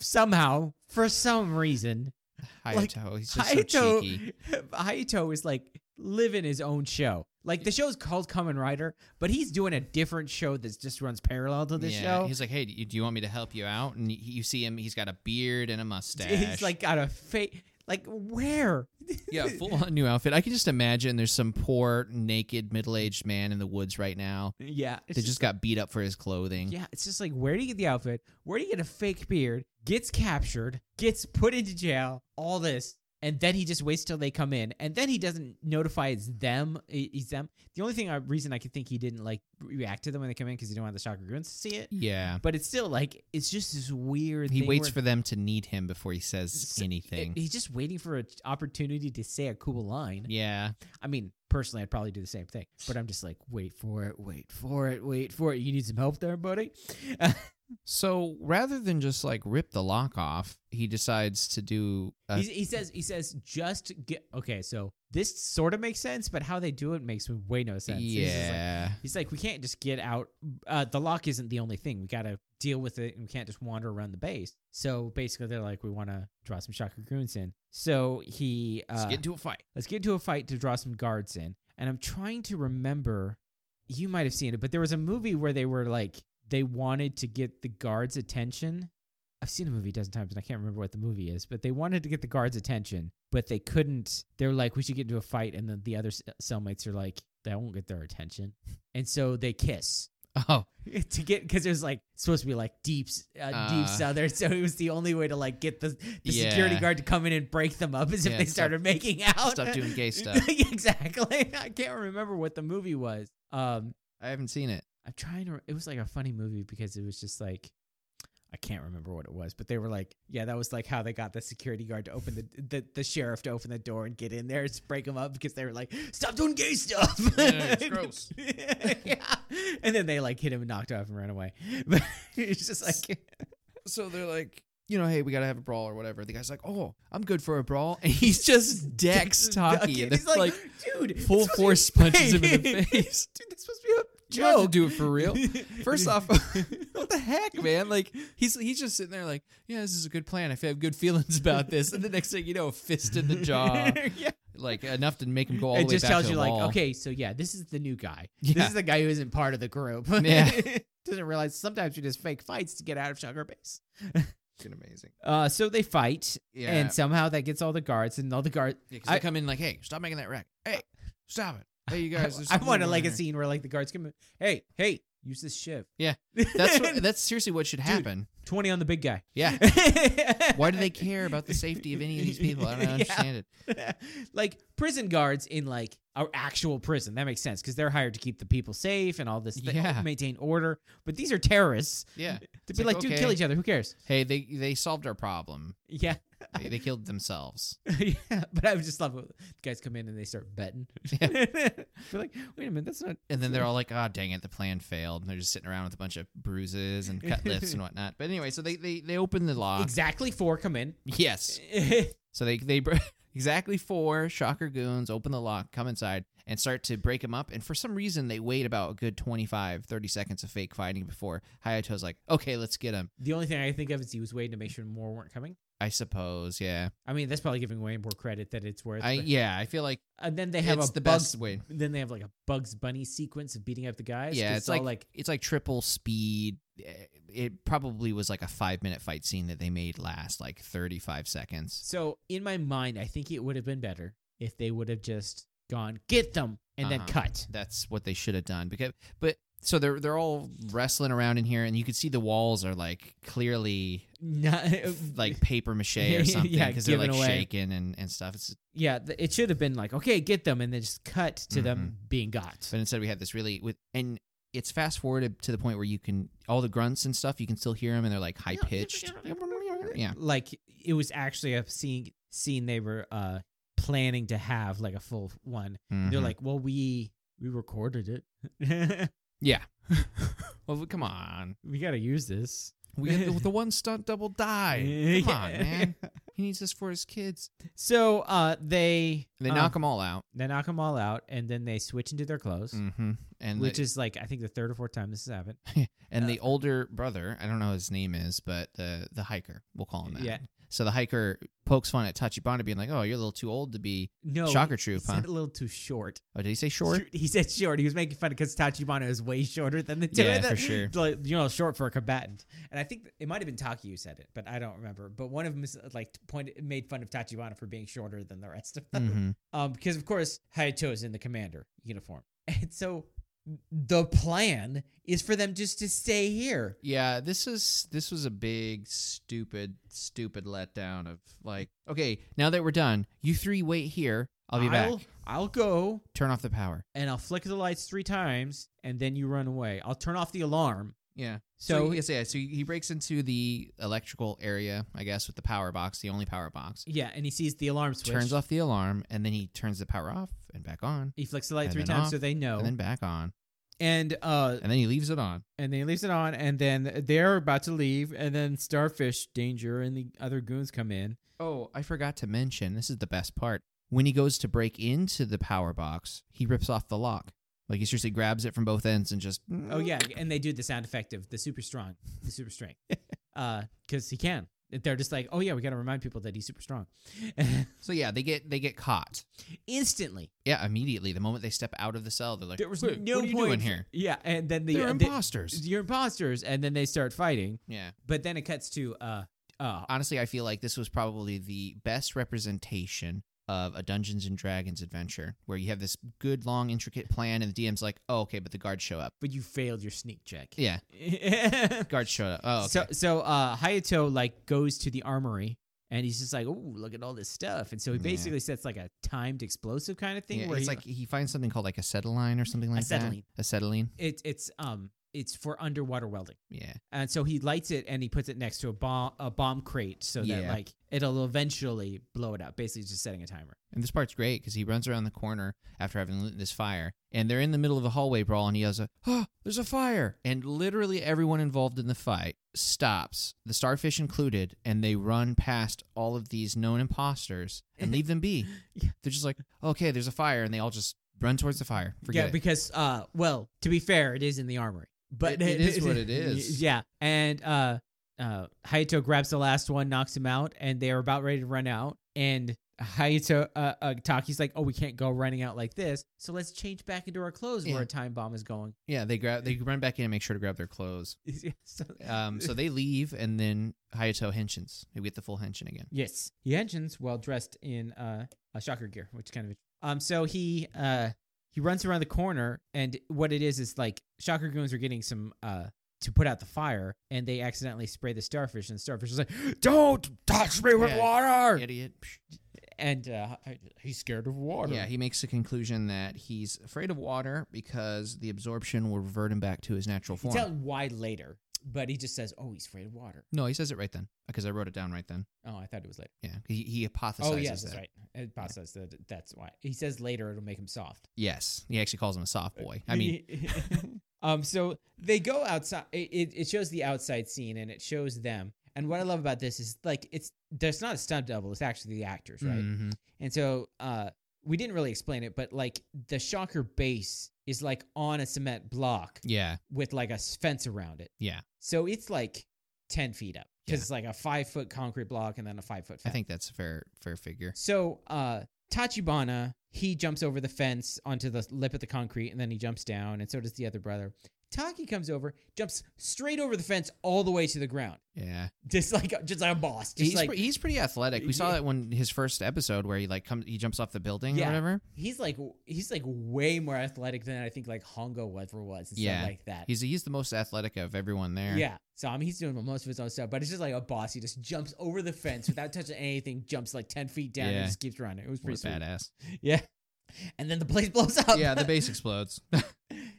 [SPEAKER 2] somehow for some reason Like,
[SPEAKER 1] Hayato, he's just so cheeky.
[SPEAKER 2] Haito, Haito is like living his own show. Like the show's called Kamen Rider, but he's doing a different show that just runs parallel to this
[SPEAKER 1] yeah,
[SPEAKER 2] show.
[SPEAKER 1] he's like, "Hey, do you, do you want me to help you out?" And you, you see him; he's got a beard and a mustache.
[SPEAKER 2] He's like got a fake. Like where?
[SPEAKER 1] <laughs>
[SPEAKER 2] <laughs>
[SPEAKER 1] Yeah, full on new outfit. I can just imagine there's some poor, naked, middle aged man in the woods right now.
[SPEAKER 2] yeah. It's
[SPEAKER 1] They just got beat up for his clothing.
[SPEAKER 2] yeah. It's just like where do you get the outfit? Where do you get a fake beard? Gets captured. Gets put into jail. All this. And then he just waits till they come in, and then he doesn't notify it's them. i- He's them. The only thing, I, reason I could think he didn't like react to them when they come in because he didn't want the shocker goons to see it.
[SPEAKER 1] Yeah.
[SPEAKER 2] but it's still like it's just this weird.
[SPEAKER 1] He
[SPEAKER 2] thing
[SPEAKER 1] waits
[SPEAKER 2] where
[SPEAKER 1] for them to need him before he says
[SPEAKER 2] S-
[SPEAKER 1] anything.
[SPEAKER 2] He's just waiting for an opportunity to say a cool line.
[SPEAKER 1] yeah.
[SPEAKER 2] I mean, personally, I'd probably do the same thing, but I'm just like, wait for it, wait for it, wait for it. You need some help there, buddy. <laughs>
[SPEAKER 1] So rather than just like rip the lock off, he decides to do. A,
[SPEAKER 2] He's- he says, he says, just get okay. So this sort of makes sense, but how they do it makes way no sense. He's just like-
[SPEAKER 1] yeah.
[SPEAKER 2] He's like, we can't just get out. Uh, the lock isn't the only thing. We got to deal with it, and we can't just wander around the base. So basically, they're like, we want to draw some shocker goons in. So he uh,
[SPEAKER 1] Let's get into a fight.
[SPEAKER 2] let's get into a fight to draw some guards in. And I'm trying to remember, you might have seen it, but there was a movie where they were like, they wanted to get the guards' attention. I've seen a movie a dozen times and I can't remember what the movie is, but they wanted to get the guards' attention, but they couldn't. They were like, we should get into a fight. And then the other s- cellmates are like, that won't get their attention. <laughs> And so they kiss.
[SPEAKER 1] <laughs> Oh,
[SPEAKER 2] <laughs> to get because it was like supposed to be like deep, s- uh,
[SPEAKER 1] Uh.
[SPEAKER 2] deep southern, so it was the only way to like get the, the security
[SPEAKER 1] Yeah.
[SPEAKER 2] guard to come in and break them up is if
[SPEAKER 1] Yeah,
[SPEAKER 2] they
[SPEAKER 1] stop-
[SPEAKER 2] started making out.
[SPEAKER 1] stop doing
[SPEAKER 2] <laughs>
[SPEAKER 1] gay stuff.
[SPEAKER 2] exactly. <laughs> I can't remember what the movie was. Um,
[SPEAKER 1] I haven't seen it.
[SPEAKER 2] I'm trying to. It was like a funny movie because it was just like. I can't remember what it was, but they were like, "Yeah, that was like how they got the security guard to open the the, the sheriff to open the door and get in there, and break them up because they were like, stop doing gay stuff."
[SPEAKER 1] <laughs> Yeah,
[SPEAKER 2] <laughs>
[SPEAKER 1] it's gross.
[SPEAKER 2] yeah, and then they like hit him and knocked off and ran away. <laughs> But it's just like,
[SPEAKER 1] So they're like, you know, hey, we gotta have a brawl or whatever. The guy's like, oh, I'm good for a brawl, <laughs> and he's just
[SPEAKER 2] <laughs>
[SPEAKER 1] decks Taki, and
[SPEAKER 2] He's
[SPEAKER 1] it's
[SPEAKER 2] like,
[SPEAKER 1] like
[SPEAKER 2] dude,
[SPEAKER 1] full
[SPEAKER 2] this
[SPEAKER 1] force
[SPEAKER 2] was
[SPEAKER 1] punches him in the
[SPEAKER 2] fake."
[SPEAKER 1] face.
[SPEAKER 2] <laughs> dude, that's supposed to be a
[SPEAKER 1] You don't have to
[SPEAKER 2] joke.
[SPEAKER 1] do it for
[SPEAKER 2] <laughs>
[SPEAKER 1] real. First off, <laughs> what the heck, man? Like he's he's just sitting there, like, yeah, this is a good plan. I have good feelings about this. And the next thing you know, a fist in the jaw,
[SPEAKER 2] <laughs> yeah.
[SPEAKER 1] like enough to make him go all
[SPEAKER 2] it
[SPEAKER 1] the way
[SPEAKER 2] just
[SPEAKER 1] back
[SPEAKER 2] tells
[SPEAKER 1] to
[SPEAKER 2] you
[SPEAKER 1] the
[SPEAKER 2] like,
[SPEAKER 1] wall.
[SPEAKER 2] okay, so yeah, this is the new guy. This
[SPEAKER 1] Yeah.
[SPEAKER 2] is the guy who isn't part of the group. <laughs>
[SPEAKER 1] Yeah.
[SPEAKER 2] Doesn't realize sometimes you just fake fights to get out of Sugar Base.
[SPEAKER 1] It's been amazing.
[SPEAKER 2] Uh, so they fight,
[SPEAKER 1] Yeah.
[SPEAKER 2] and somesomehow that gets all the guards, and all the guards.
[SPEAKER 1] Yeah, 'cause they
[SPEAKER 2] I-
[SPEAKER 1] come in like, hey, stop making that wreck. Hey, stop it. Hey, you guys. there's
[SPEAKER 2] <laughs> I,
[SPEAKER 1] something
[SPEAKER 2] want a
[SPEAKER 1] going on
[SPEAKER 2] like a
[SPEAKER 1] here."
[SPEAKER 2] scene where like the guards come. in, Hey, hey, use this shiv. <laughs>
[SPEAKER 1] Yeah, That's what, that's seriously what should happen.
[SPEAKER 2] twenty on the big <laughs> guy.
[SPEAKER 1] Yeah. Why
[SPEAKER 2] <laughs>
[SPEAKER 1] do they care about the safety of any of these people? I don't
[SPEAKER 2] Yeah.
[SPEAKER 1] understand it.
[SPEAKER 2] <laughs> like prison guards in like our actual prison. That makes sense because they're hired to keep the people safe and all this. They
[SPEAKER 1] Yeah.
[SPEAKER 2] maintain order. But these are terrorists.
[SPEAKER 1] Yeah.
[SPEAKER 2] To
[SPEAKER 1] It's
[SPEAKER 2] be
[SPEAKER 1] like,
[SPEAKER 2] like, dude, kill
[SPEAKER 1] okay.
[SPEAKER 2] each other. Who cares?
[SPEAKER 1] Hey, they they solved our problem.
[SPEAKER 2] Yeah, <laughs>
[SPEAKER 1] They, they killed themselves.
[SPEAKER 2] yeah. But I would just love it. guys come in and they start betting. <laughs> Be like, wait a minute, that's not.
[SPEAKER 1] And then they're all like, "Oh, dang it, the plan failed." And they're just sitting around with a bunch of bruises and cut lips
[SPEAKER 2] <laughs>
[SPEAKER 1] and whatnot. But anyway, so they they they open the lock.
[SPEAKER 2] Exactly four come in. <laughs>
[SPEAKER 1] Yes. So they they br- <laughs> exactly four shocker goons open the lock, come inside, and start to break them up. And for some reason, they wait about a good 25, 30 seconds of fake fighting before Hayato's like, "Okay, let's get him."
[SPEAKER 2] the only thing I think of is he was waiting to make sure more weren't coming.
[SPEAKER 1] I suppose, yeah.
[SPEAKER 2] I mean, that's probably giving way more credit that it's worth.
[SPEAKER 1] I
[SPEAKER 2] but-
[SPEAKER 1] yeah, I feel like
[SPEAKER 2] and then they have
[SPEAKER 1] it's
[SPEAKER 2] a
[SPEAKER 1] the
[SPEAKER 2] Bugs.
[SPEAKER 1] best way.
[SPEAKER 2] Then they have like a Bugs Bunny sequence of beating up the guys.
[SPEAKER 1] Yeah,
[SPEAKER 2] 'cause
[SPEAKER 1] it's
[SPEAKER 2] all
[SPEAKER 1] like, it's like triple speed. Eh, It probably was like a five minute fight scene that they made last like thirty five seconds.
[SPEAKER 2] so. In my mind, I think it would have been better if they would have just gone get them and then
[SPEAKER 1] Uh-huh.
[SPEAKER 2] cut.
[SPEAKER 1] That's what they should have done because but so they're they're all wrestling around in here and you can see the walls are like clearly
[SPEAKER 2] Not,
[SPEAKER 1] <laughs> like paper mache or something
[SPEAKER 2] Yeah,
[SPEAKER 1] because they're
[SPEAKER 2] given
[SPEAKER 1] like
[SPEAKER 2] away.
[SPEAKER 1] shaking and, and stuff. It's,
[SPEAKER 2] <laughs> yeah, th- it should have been like okay, get them and then just cut to them being got.
[SPEAKER 1] Mm-hmm. but instead we have this really with and it's fast forwarded to the point where you can all the grunts and stuff you can still hear them and they're like high pitched. Yeah,
[SPEAKER 2] Like it was actually a scene scene they were uh planning to have like a full one. They're
[SPEAKER 1] Mhm.
[SPEAKER 2] like, well, we we recorded it. <laughs>
[SPEAKER 1] yeah. well, come on.
[SPEAKER 2] we got to use this.
[SPEAKER 1] We had <laughs> the, the one stunt double die. Come on, man. He needs this for his kids.
[SPEAKER 2] So uh, they
[SPEAKER 1] They
[SPEAKER 2] uh,
[SPEAKER 1] knock them all out.
[SPEAKER 2] they knock them all out, and then they switch into their clothes,
[SPEAKER 1] Mm-hmm. And
[SPEAKER 2] which
[SPEAKER 1] the,
[SPEAKER 2] is like I think the third or fourth time this has happened.
[SPEAKER 1] and
[SPEAKER 2] Uh,
[SPEAKER 1] the older brother, I don't know what his name is, but the the hiker, we'll call him that.
[SPEAKER 2] Yeah.
[SPEAKER 1] So the hiker pokes fun at Tachibana, being like, "Oh, you're a little too old to be
[SPEAKER 2] No,
[SPEAKER 1] shocker
[SPEAKER 2] he-
[SPEAKER 1] troop,
[SPEAKER 2] he
[SPEAKER 1] huh?"
[SPEAKER 2] said a little too short.
[SPEAKER 1] Oh, did he say short?
[SPEAKER 2] He said short. <laughs> He was making fun because Tachibana is way shorter than the two
[SPEAKER 1] Yeah,
[SPEAKER 2] of them.
[SPEAKER 1] for sure.
[SPEAKER 2] <laughs> Like, you know, short for a combatant. And I think it might have been Taki who said it, but I don't remember. But one of them is, like pointed, made fun of Tachibana for being shorter than the rest of them.
[SPEAKER 1] hmm
[SPEAKER 2] Um, because of course Hayato is in the commander uniform, <laughs> and so the plan is for them just to stay here.
[SPEAKER 1] Yeah, this is this was a big stupid stupid letdown of like, okay, now that we're done, you three wait here. I'll be
[SPEAKER 2] I'll,
[SPEAKER 1] back.
[SPEAKER 2] I'll go
[SPEAKER 1] Turn off the power.
[SPEAKER 2] and I'll flicker the lights three times, and then you run away. I'll turn off the alarm.
[SPEAKER 1] Yeah.
[SPEAKER 2] So,
[SPEAKER 1] yes, yeah. So he breaks into the electrical area, I guess, with the power box, the only power box.
[SPEAKER 2] yeah, and he sees the alarm switch.
[SPEAKER 1] Turns off the alarm, and then he turns the power off and back on,
[SPEAKER 2] He flicks the light
[SPEAKER 1] and
[SPEAKER 2] three
[SPEAKER 1] then
[SPEAKER 2] times
[SPEAKER 1] off,
[SPEAKER 2] so they know,
[SPEAKER 1] and
[SPEAKER 2] and,
[SPEAKER 1] then back on,
[SPEAKER 2] uh,
[SPEAKER 1] and then he leaves it on.
[SPEAKER 2] and then he leaves it on, and then they're about to leave, and then Starfish Danger and the other goons come in.
[SPEAKER 1] Oh, I forgot to mention. This is the best part. When he goes to break into the power box, he rips off the lock. Like he seriously grabs it from both ends and just.
[SPEAKER 2] Oh yeah, and they do the sound effect of the super strong, the super
[SPEAKER 1] <laughs>
[SPEAKER 2] strength, because he can. They're just like, oh yeah, we got to remind people that he's super strong, <laughs>
[SPEAKER 1] So yeah, they get they get caught.
[SPEAKER 2] instantly.
[SPEAKER 1] Yeah, immediately the moment they step out of the cell, they're like,
[SPEAKER 2] There was
[SPEAKER 1] "Wait,
[SPEAKER 2] no
[SPEAKER 1] what are you
[SPEAKER 2] point
[SPEAKER 1] doing here?
[SPEAKER 2] Yeah, and then the
[SPEAKER 1] They're
[SPEAKER 2] they-
[SPEAKER 1] imposters."
[SPEAKER 2] you're imposters, and then they start fighting.
[SPEAKER 1] yeah.
[SPEAKER 2] But then it cuts to uh, uh
[SPEAKER 1] Honestly, I feel like this was probably the best representation of a Dungeons and Dragons adventure where you have this good, long, intricate plan, and the DM's like, "Oh, okay," but the guards show up.
[SPEAKER 2] but you failed your sneak check. <laughs>
[SPEAKER 1] Yeah, guards showed up. Oh, okay.
[SPEAKER 2] So so uh Hayato like goes to the armory and he's just like, "Ooh, look at all this stuff." And so he
[SPEAKER 1] Yeah.
[SPEAKER 2] basically sets like a timed explosive kind of thing
[SPEAKER 1] Yeah,
[SPEAKER 2] where
[SPEAKER 1] it's
[SPEAKER 2] he-
[SPEAKER 1] like he finds something called like acetylene or something like
[SPEAKER 2] Acetylene.
[SPEAKER 1] that. Acetylene.
[SPEAKER 2] it it's um it's for underwater welding.
[SPEAKER 1] Yeah.
[SPEAKER 2] And so he lights it and he puts it next to a bomb a bomb crate so that
[SPEAKER 1] Yeah.
[SPEAKER 2] like it'll eventually blow it up. Basically, just setting a timer.
[SPEAKER 1] And this part's great because he runs around the corner after having lit this fire, and they're in the middle of a hallway brawl, and he yells, "Oh, there's a fire!" And literally everyone involved in the fight stops, the starfish included, and they run past all of these known imposters and leave them be.
[SPEAKER 2] <laughs> Yeah.
[SPEAKER 1] They're just like, "Okay, there's a fire," and they all just run towards the fire. Forget
[SPEAKER 2] yeah,
[SPEAKER 1] it.
[SPEAKER 2] because uh, well, to be fair, it is in the armory, but
[SPEAKER 1] It- it is what it is.
[SPEAKER 2] <laughs> Yeah, and uh, uh, Hayato grabs the last one, knocks him out, and they are about ready to run out, and Hayato uh, uh, Taki's like, oh, we can't go running out like this, so let's change back into our clothes
[SPEAKER 1] Yeah.
[SPEAKER 2] where a time bomb is going. <laughs>
[SPEAKER 1] Yeah, they grab they run back in and make sure to grab their clothes.
[SPEAKER 2] so,
[SPEAKER 1] Um, so
[SPEAKER 2] <laughs>
[SPEAKER 1] they leave, and then Hayato henshins. We get the full henshin again.
[SPEAKER 2] Yes, he engines well dressed in uh, a shocker gear, which is kind of um. So he uh he runs around the corner, and what it is is like shocker goons are getting some uh to put out the fire, and they accidentally spray the starfish, and the starfish is like, "Don't touch me with
[SPEAKER 1] Yeah.
[SPEAKER 2] water!"
[SPEAKER 1] Idiot.
[SPEAKER 2] And uh, he's scared of water.
[SPEAKER 1] Yeah, he makes the conclusion that he's afraid of water because the absorption will revert him back to his natural
[SPEAKER 2] You
[SPEAKER 1] form.
[SPEAKER 2] tell why later, but he just says, "Oh, he's afraid of water."
[SPEAKER 1] no, he says it right then because I wrote it down right then.
[SPEAKER 2] Oh, I thought it was later.
[SPEAKER 1] Yeah, he, he hypothesizes
[SPEAKER 2] Oh, yes,
[SPEAKER 1] that.
[SPEAKER 2] that's right. It process that. That's why he says later it'll make him soft.
[SPEAKER 1] Yes, he actually calls him a soft boy. I mean,
[SPEAKER 2] <laughs> um, so they go outside. It, it, it shows the outside scene and it shows them. And what I love about this is like it's there's not a stunt double. It's actually the actors, right?
[SPEAKER 1] mhm.
[SPEAKER 2] And so uh, we didn't really explain it, but like the shocker base is like on a cement block
[SPEAKER 1] yeah,
[SPEAKER 2] with like a s- fence around it.
[SPEAKER 1] Yeah.
[SPEAKER 2] So it's like ten feet up
[SPEAKER 1] Yeah.
[SPEAKER 2] because it's like a five foot concrete block and then a five foot.
[SPEAKER 1] I
[SPEAKER 2] Fence.
[SPEAKER 1] think that's a fair fair figure.
[SPEAKER 2] So uh Tachibana, he jumps over the fence onto the lip of the concrete and then he jumps down, and so does the other brother. Taki comes over, jumps straight over the fence all the way to the ground.
[SPEAKER 1] Yeah,
[SPEAKER 2] Just like just like a boss. Just
[SPEAKER 1] he's
[SPEAKER 2] like
[SPEAKER 1] pre- he's pretty athletic. We saw
[SPEAKER 2] Yeah.
[SPEAKER 1] that when his first episode where he like comes he jumps off the building
[SPEAKER 2] Yeah.
[SPEAKER 1] or whatever.
[SPEAKER 2] he's like he's like way more athletic than I think like Hongo ever was and
[SPEAKER 1] Yeah.
[SPEAKER 2] stuff like that.
[SPEAKER 1] He's he's the most athletic of everyone there.
[SPEAKER 2] yeah, so I mean he's doing most of his own stuff, but it's just like a boss. He just jumps over the fence without touching anything, jumps like ten feet down,
[SPEAKER 1] Yeah.
[SPEAKER 2] and just keeps running. It was
[SPEAKER 1] What
[SPEAKER 2] pretty
[SPEAKER 1] a
[SPEAKER 2] sweet. <laughs>
[SPEAKER 1] badass.
[SPEAKER 2] Yeah, and then the place <laughs> blows up.
[SPEAKER 1] yeah, the base
[SPEAKER 2] <laughs>
[SPEAKER 1] explodes.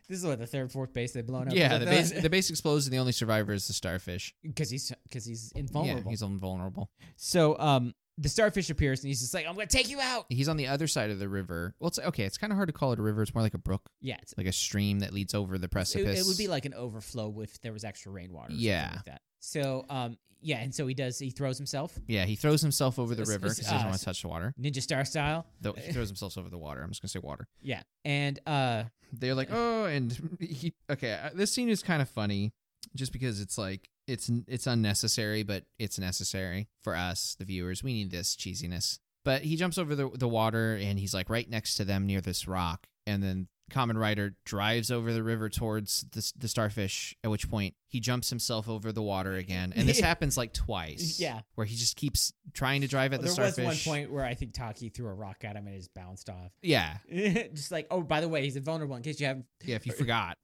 [SPEAKER 2] this is what the third, fourth base they've blown up.
[SPEAKER 1] yeah, the base the base explodes and the only survivor is the starfish.
[SPEAKER 2] because he's because he's
[SPEAKER 1] Yeah,
[SPEAKER 2] invulnerable.
[SPEAKER 1] he's invulnerable.
[SPEAKER 2] so um, the starfish appears and he's just like, "I'm gonna take you out."
[SPEAKER 1] He's on the other side of the river. Well, it's okay. It's kind of hard to call it a river. It's more like a brook,
[SPEAKER 2] Yeah, it's,
[SPEAKER 1] like a stream that leads over the
[SPEAKER 2] it,
[SPEAKER 1] precipice.
[SPEAKER 2] it would be like an overflow if there was extra rainwater. or something
[SPEAKER 1] Yeah.
[SPEAKER 2] like that. So um, yeah, and so he does. He throws himself
[SPEAKER 1] yeah, he throws himself over the
[SPEAKER 2] It's-
[SPEAKER 1] river
[SPEAKER 2] it's-
[SPEAKER 1] because he doesn't
[SPEAKER 2] uh,
[SPEAKER 1] want to touch the water.
[SPEAKER 2] ninja star style.
[SPEAKER 1] Though
[SPEAKER 2] <laughs>
[SPEAKER 1] he throws himself over the water. I'm just gonna say water.
[SPEAKER 2] Yeah, and uh,
[SPEAKER 1] they're like, oh, and <laughs> he, okay, uh, this scene is kind of funny, just because it's like it's it's unnecessary, but it's necessary for us, the viewers. We need this cheesiness. But he jumps over the the water, and he's like right next to them near this rock, and then Common Rider drives over the river towards the s- the starfish. At which point he jumps himself over the water again, and
[SPEAKER 2] <laughs>
[SPEAKER 1] this happens like twice.
[SPEAKER 2] Yeah.
[SPEAKER 1] where he just keeps trying to drive at the
[SPEAKER 2] there
[SPEAKER 1] starfish.
[SPEAKER 2] was one point where I think Taki threw a rock at him and it just bounced off. <laughs>
[SPEAKER 1] Yeah,
[SPEAKER 2] just like, oh, by the way, he's invulnerable in case you haven't. <laughs>
[SPEAKER 1] yeah. If you forgot,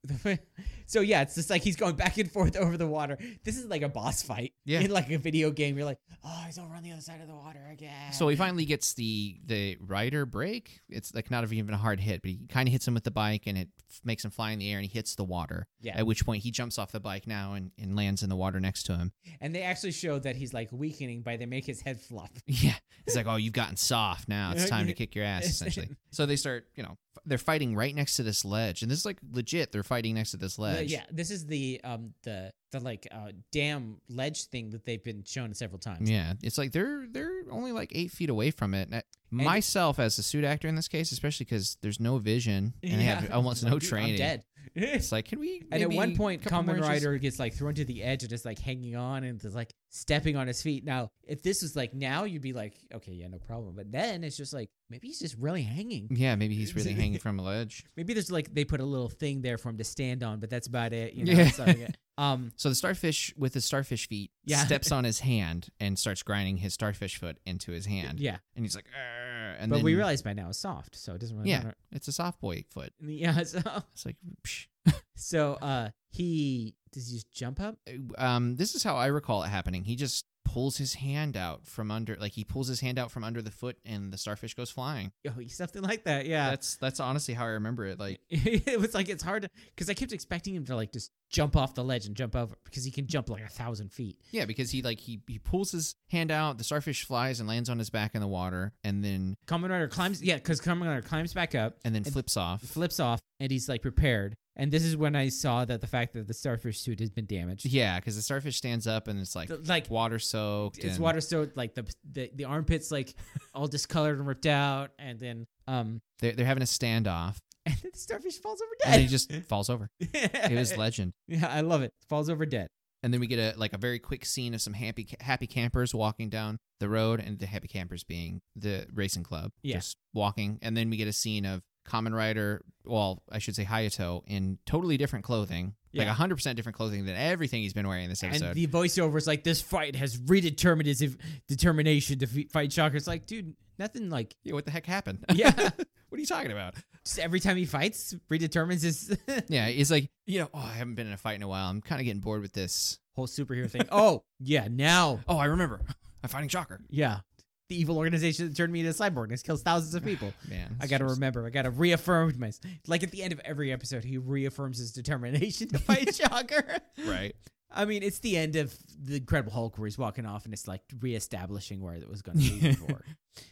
[SPEAKER 2] so yeah, it's just like he's going back and forth over the water. This is like a boss fight
[SPEAKER 1] Yeah.
[SPEAKER 2] in like a video game. You're like, oh, he's over on the other side of the water again.
[SPEAKER 1] So he finally gets the the rider break. It's like not even a hard hit, but he kind of hits him with the bike, and it f- makes him fly in the air, and he hits the water.
[SPEAKER 2] yeah,
[SPEAKER 1] At which point he jumps off the bike now and, and lands in the water next to him. <laughs>
[SPEAKER 2] And they actually show that he's like weakening by they make his head flop.
[SPEAKER 1] Yeah, it's like, oh, you've gotten soft now. It's
[SPEAKER 2] <laughs>
[SPEAKER 1] time to kick your ass, essentially. So they start, you know, f- they're fighting right next to this ledge, and this is like legit. They're fighting next to this
[SPEAKER 2] Uh,
[SPEAKER 1] ledge.
[SPEAKER 2] yeah, this is the um the the like uh dam ledge thing that they've been shown several times.
[SPEAKER 1] Yeah, it's like they're they're only like eight feet away from it. And I- myself as a suit actor in this case, especially because there's no vision and they have
[SPEAKER 2] Yeah.
[SPEAKER 1] <laughs> almost
[SPEAKER 2] <laughs> Like,
[SPEAKER 1] no
[SPEAKER 2] dude,
[SPEAKER 1] training.
[SPEAKER 2] I'm dead.
[SPEAKER 1] It's like, can we?
[SPEAKER 2] and at
[SPEAKER 1] maybe
[SPEAKER 2] one point,
[SPEAKER 1] couple more
[SPEAKER 2] Common
[SPEAKER 1] inches?
[SPEAKER 2] Rider gets like thrown to the edge and is like hanging on and is like stepping on his feet. Now, if this was like now, you'd be like, okay, yeah, no problem. But then it's just like maybe he's just really hanging.
[SPEAKER 1] Yeah, maybe he's
[SPEAKER 2] <laughs>
[SPEAKER 1] really hanging from a ledge.
[SPEAKER 2] Maybe there's like they put a little thing there for him to stand on, but that's about it. You know,
[SPEAKER 1] Yeah.
[SPEAKER 2] it's not like a- um,
[SPEAKER 1] So the starfish with his starfish feet
[SPEAKER 2] Yeah.
[SPEAKER 1] steps
[SPEAKER 2] <laughs>
[SPEAKER 1] on his hand and starts grinding his starfish foot into his hand.
[SPEAKER 2] yeah.
[SPEAKER 1] <laughs> And he's like, "Arr," and
[SPEAKER 2] But
[SPEAKER 1] then
[SPEAKER 2] we realize by now it's soft, so it doesn't really
[SPEAKER 1] Yeah.
[SPEAKER 2] matter.
[SPEAKER 1] it's a soft boy foot.
[SPEAKER 2] <laughs> Yeah. So,
[SPEAKER 1] It's like, psh.
[SPEAKER 2] so uh, he does he just jump up? Uh,
[SPEAKER 1] um, this is how I recall it happening. He just pulls his hand out from under, like he pulls his hand out from under the foot, and the starfish goes flying.
[SPEAKER 2] Oh, something like that. Yeah.
[SPEAKER 1] That's that's honestly how I remember it. Like,
[SPEAKER 2] <laughs> it was like it's hard because I kept expecting him to like just jump off the ledge and jump over because he can jump like a thousand feet.
[SPEAKER 1] yeah, because he like he he pulls his hand out, the starfish flies and lands on his back in the water, and then
[SPEAKER 2] Kamen Rider climbs, yeah, because Kamen Rider climbs back up,
[SPEAKER 1] and then
[SPEAKER 2] And-
[SPEAKER 1] flips off.
[SPEAKER 2] flips off, and he's like prepared. And this is when I saw that the fact that the starfish suit has been damaged.
[SPEAKER 1] Yeah, because the starfish stands up and it's like
[SPEAKER 2] The- like
[SPEAKER 1] water soaked.
[SPEAKER 2] it's
[SPEAKER 1] and-
[SPEAKER 2] water soaked, like the, the the armpits like all discolored and ripped out, and then um, <laughs>
[SPEAKER 1] They're, they're having a standoff,
[SPEAKER 2] and then the starfish falls over <laughs>
[SPEAKER 1] and
[SPEAKER 2] dead. <laughs>
[SPEAKER 1] he just falls over. It was legend.
[SPEAKER 2] Yeah, I love it. Falls over dead.
[SPEAKER 1] And then we get a like a very quick scene of some happy happy campers walking down the road, and the happy campers being the racing club,
[SPEAKER 2] Yeah.
[SPEAKER 1] just walking. And then we get a scene of Common Rider, well, I should say Hayato, in totally different clothing, like
[SPEAKER 2] Yeah.
[SPEAKER 1] like hundred percent different clothing than everything he's been wearing this episode.
[SPEAKER 2] And the voiceover is like, "This fight has redetermined its ev- determination to fe- fight Shocker." It's like, dude, nothing like <laughs>
[SPEAKER 1] yeah, what the heck happened? <laughs>
[SPEAKER 2] yeah.
[SPEAKER 1] what are you talking
[SPEAKER 2] <laughs>
[SPEAKER 1] about?
[SPEAKER 2] Just every time he fights, redetermines his <laughs>
[SPEAKER 1] Yeah, he's like, you know, oh, I haven't been in a fight in a while. I'm kind of getting bored with this.
[SPEAKER 2] whole superhero thing. Oh yeah, now
[SPEAKER 1] Oh, I remember. <laughs> I'm fighting Shocker.
[SPEAKER 2] yeah, the evil organization that turned me into a cyborg and has killed thousands of people.
[SPEAKER 1] Man,
[SPEAKER 2] I gotta
[SPEAKER 1] it's just-
[SPEAKER 2] remember. I gotta reaffirm my like at the end of every episode, he reaffirms his determination to fight Shocker.
[SPEAKER 1] <laughs> right.
[SPEAKER 2] I mean, it's the end of the Incredible Hulk where he's walking off and it's like reestablishing where it was going to
[SPEAKER 1] <laughs>
[SPEAKER 2] be before.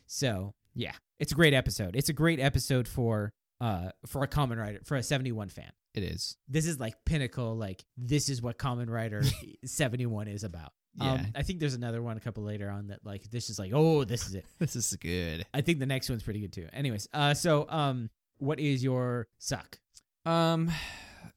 [SPEAKER 2] So yeah, it's a great episode. It's a great episode for uh for a common writer for a seventy one fan.
[SPEAKER 1] It is.
[SPEAKER 2] This is like pinnacle. Like this is what Common
[SPEAKER 1] <laughs>
[SPEAKER 2] Writer seventy one is about.
[SPEAKER 1] Yeah,
[SPEAKER 2] Um, I think there's another one a couple later on that like this is like oh this is it.
[SPEAKER 1] <laughs> this is good.
[SPEAKER 2] I think the next one's pretty good too. Anyways, uh, so um, what is your suck?
[SPEAKER 1] Um,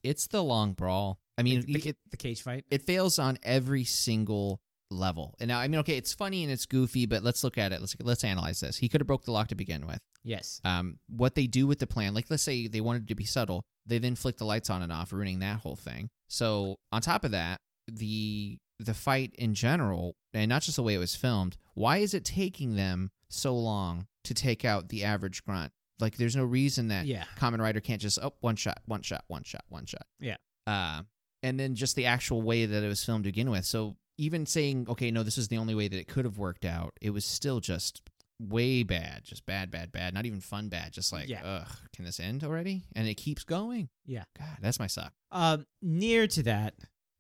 [SPEAKER 1] it's the long brawl. I mean,
[SPEAKER 2] The,
[SPEAKER 1] it, it,
[SPEAKER 2] the cage fight.
[SPEAKER 1] it fails on every single level. And now, I mean, okay, it's funny and it's goofy, but let's look at it. Let's let's analyze this. He could have broke the lock to begin with.
[SPEAKER 2] Yes.
[SPEAKER 1] Um, what they do with the plan, like let's say they wanted to be subtle, they then flick the lights on and off, ruining that whole thing. So on top of that, the the fight in general, and not just the way it was filmed, why is it taking them so long to take out the average grunt? Like, there's no reason that
[SPEAKER 2] Yeah.
[SPEAKER 1] Common Rider can't just oh one shot, one shot, one shot, one shot.
[SPEAKER 2] Yeah.
[SPEAKER 1] Uh, and then just the actual way that it was filmed to begin with. So even saying okay, no, this is the only way that it could have worked out. It was still just way bad, just bad, bad, bad. Not even fun, bad. Just like
[SPEAKER 2] Yeah.
[SPEAKER 1] ugh, can this end already? And it keeps going.
[SPEAKER 2] Yeah.
[SPEAKER 1] God, that's my suck.
[SPEAKER 2] Um, near to that,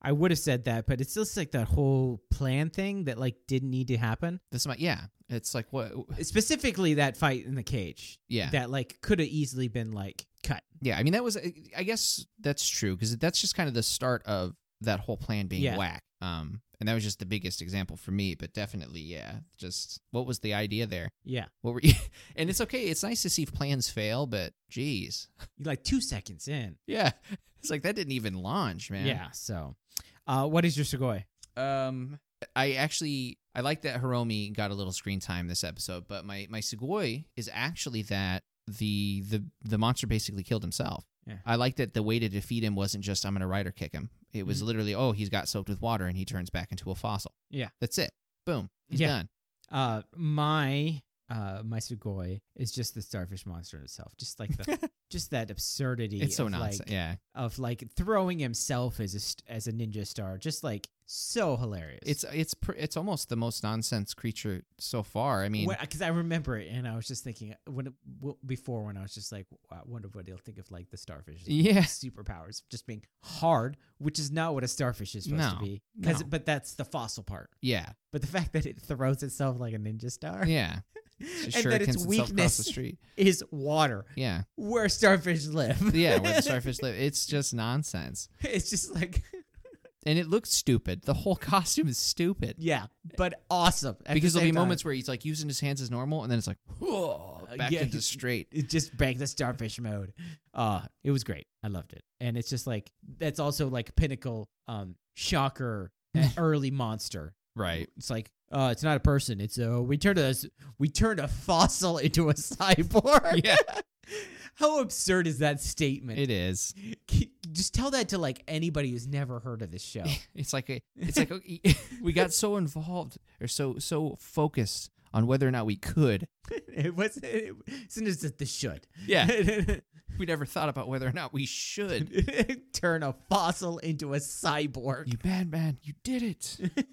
[SPEAKER 2] I would have said that, but it's still just, like that whole plan thing that like didn't need to happen.
[SPEAKER 1] This is my yeah. It's like what?
[SPEAKER 2] Specifically, that fight in the cage
[SPEAKER 1] Yeah,
[SPEAKER 2] that like could have easily been like cut.
[SPEAKER 1] yeah. I mean, that was. uh, I guess that's true because that's just kind of the start of that whole plan being
[SPEAKER 2] Yeah.
[SPEAKER 1] whack. Um, and that was just the biggest example for me. But definitely, yeah. Just what was the idea there?
[SPEAKER 2] Yeah,
[SPEAKER 1] What were you? <laughs> And it's okay. It's nice to see plans fail, but geez, <laughs>
[SPEAKER 2] like two seconds in.
[SPEAKER 1] yeah. It's like that didn't even launch, man.
[SPEAKER 2] Yeah. So, uh, what is your Sugoi?
[SPEAKER 1] Um, I actually I like that Hiromi got a little screen time this episode, but my my Sugoi is actually that the the the monster basically killed himself.
[SPEAKER 2] Yeah.
[SPEAKER 1] I like that the way to defeat him wasn't just I'm gonna rider kick him. It was
[SPEAKER 2] Mhm.
[SPEAKER 1] literally oh he's got soaked with water and he turns back into a fossil.
[SPEAKER 2] Yeah.
[SPEAKER 1] that's it. Boom. He's
[SPEAKER 2] Yeah.
[SPEAKER 1] done.
[SPEAKER 2] Uh, my uh, my Sugoi is just the starfish monster itself. Just like
[SPEAKER 1] <laughs>
[SPEAKER 2] the just that absurdity.
[SPEAKER 1] It's so
[SPEAKER 2] of,
[SPEAKER 1] nonsense.
[SPEAKER 2] like,
[SPEAKER 1] yeah,
[SPEAKER 2] of like throwing himself as a st- as a ninja star, just like so hilarious.
[SPEAKER 1] it's it's pr- it's almost the most nonsense creature so far. I mean,
[SPEAKER 2] because I remember it, and I was just thinking uh, when it, w- before when I was just like, I wonder what he'll think of like the starfish.
[SPEAKER 1] <laughs> yeah,
[SPEAKER 2] <laughs> superpowers of just being hard, which is not what a starfish is supposed
[SPEAKER 1] No,
[SPEAKER 2] to be. 'Cause-
[SPEAKER 1] no.
[SPEAKER 2] but that's the fossil part.
[SPEAKER 1] yeah,
[SPEAKER 2] But the <laughs> fact that it throws itself like a ninja star, <laughs>
[SPEAKER 1] yeah.
[SPEAKER 2] and
[SPEAKER 1] Sure,
[SPEAKER 2] that its
[SPEAKER 1] across the
[SPEAKER 2] weakness
[SPEAKER 1] street.
[SPEAKER 2] is water,
[SPEAKER 1] Yeah.
[SPEAKER 2] where starfish
[SPEAKER 1] <laughs>
[SPEAKER 2] live. <laughs>
[SPEAKER 1] yeah, where the starfish live. It's just nonsense.
[SPEAKER 2] it's just like, <laughs>
[SPEAKER 1] And it looks stupid. The whole <laughs> costume is stupid.
[SPEAKER 2] yeah, but awesome At the
[SPEAKER 1] because there'll be
[SPEAKER 2] same time.
[SPEAKER 1] moments where he's like using his hands as normal and then it's like whoa,
[SPEAKER 2] Uh,
[SPEAKER 1] back
[SPEAKER 2] yeah,
[SPEAKER 1] into
[SPEAKER 2] he-
[SPEAKER 1] straight.
[SPEAKER 2] <laughs> it just banged the starfish mode. Uh, it was great. I loved it. And it's just like that's also like pinnacle um shocker eh,
[SPEAKER 1] <laughs>
[SPEAKER 2] early monster.
[SPEAKER 1] Right.
[SPEAKER 2] It's like uh it's not a person. It's uh we turned a s- we turned a fossil <laughs> into a cyborg.
[SPEAKER 1] Yeah.
[SPEAKER 2] <laughs> How absurd is that statement?
[SPEAKER 1] It
[SPEAKER 2] <laughs>
[SPEAKER 1] is.
[SPEAKER 2] K- Just tell that to like anybody who's never heard of
[SPEAKER 1] <laughs>
[SPEAKER 2] this show. <laughs>
[SPEAKER 1] It's like a, it's like okay, <laughs> we got so involved or so so focused on whether or not we could.
[SPEAKER 2] it wasn't it wasn't just that this should.
[SPEAKER 1] Yeah. <laughs>
[SPEAKER 2] <laughs>
[SPEAKER 1] We never thought about whether or not we should.
[SPEAKER 2] Turn a fossil into a cyborg.
[SPEAKER 1] You bad man, you did it.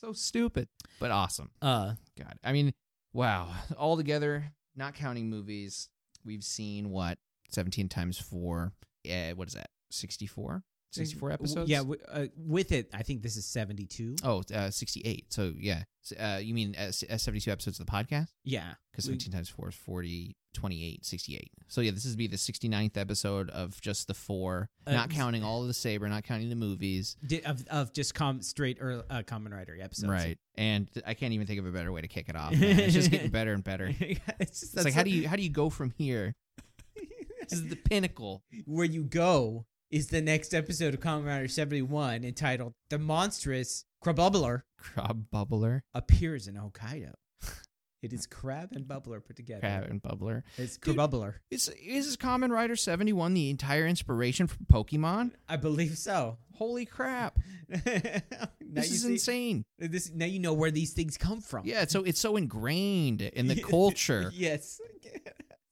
[SPEAKER 1] so stupid, but awesome.
[SPEAKER 2] <laughs> Uh
[SPEAKER 1] God. I mean, wow. <laughs> All together, not counting movies, we've seen what? 17 times 4. Yeah, what is that? 64? 64
[SPEAKER 2] W-
[SPEAKER 1] episodes?
[SPEAKER 2] Yeah, w- uh, with it, I think this is 72.
[SPEAKER 1] Oh, uh, 68. So, yeah. S- Uh, you mean uh, s- uh, 72 episodes of the podcast?
[SPEAKER 2] Yeah.
[SPEAKER 1] Because
[SPEAKER 2] We-
[SPEAKER 1] 17 times 4 is 40, 28, 68. So, yeah, this would be the 69th episode of just the four,
[SPEAKER 2] Uh,
[SPEAKER 1] not
[SPEAKER 2] s-
[SPEAKER 1] counting all of the Saber, not counting the movies.
[SPEAKER 2] Di- of, of just com- straight or uh, Common Rider episodes. <laughs>
[SPEAKER 1] Right. And th- I can't even think of a better way to kick it off. man. It's just getting better and better. It's
[SPEAKER 2] it's just
[SPEAKER 1] like,
[SPEAKER 2] <laughs>
[SPEAKER 1] <laughs>
[SPEAKER 2] that's <laughs>
[SPEAKER 1] how do you how do you go from here? This
[SPEAKER 2] what-
[SPEAKER 1] is the pinnacle.
[SPEAKER 2] where you go is the next episode of Common Rider 71 entitled The Monstrous Crabubbler
[SPEAKER 1] Crab bubbler,
[SPEAKER 2] Appears in
[SPEAKER 1] <laughs>
[SPEAKER 2] Hokkaido. it is crab and bubbler put together.
[SPEAKER 1] crab and bubbler.
[SPEAKER 2] It's
[SPEAKER 1] Dude.
[SPEAKER 2] crabubbler.
[SPEAKER 1] Is is Common Rider seventy one the entire inspiration for Pokemon?
[SPEAKER 2] I believe so. <laughs>
[SPEAKER 1] Holy crap!
[SPEAKER 2] now
[SPEAKER 1] This
[SPEAKER 2] you
[SPEAKER 1] is
[SPEAKER 2] see-
[SPEAKER 1] insane.
[SPEAKER 2] This now you know where these things come from.
[SPEAKER 1] Yeah, it's so it's so ingrained in the
[SPEAKER 2] <laughs> Yeah.
[SPEAKER 1] culture.
[SPEAKER 2] yes. <laughs>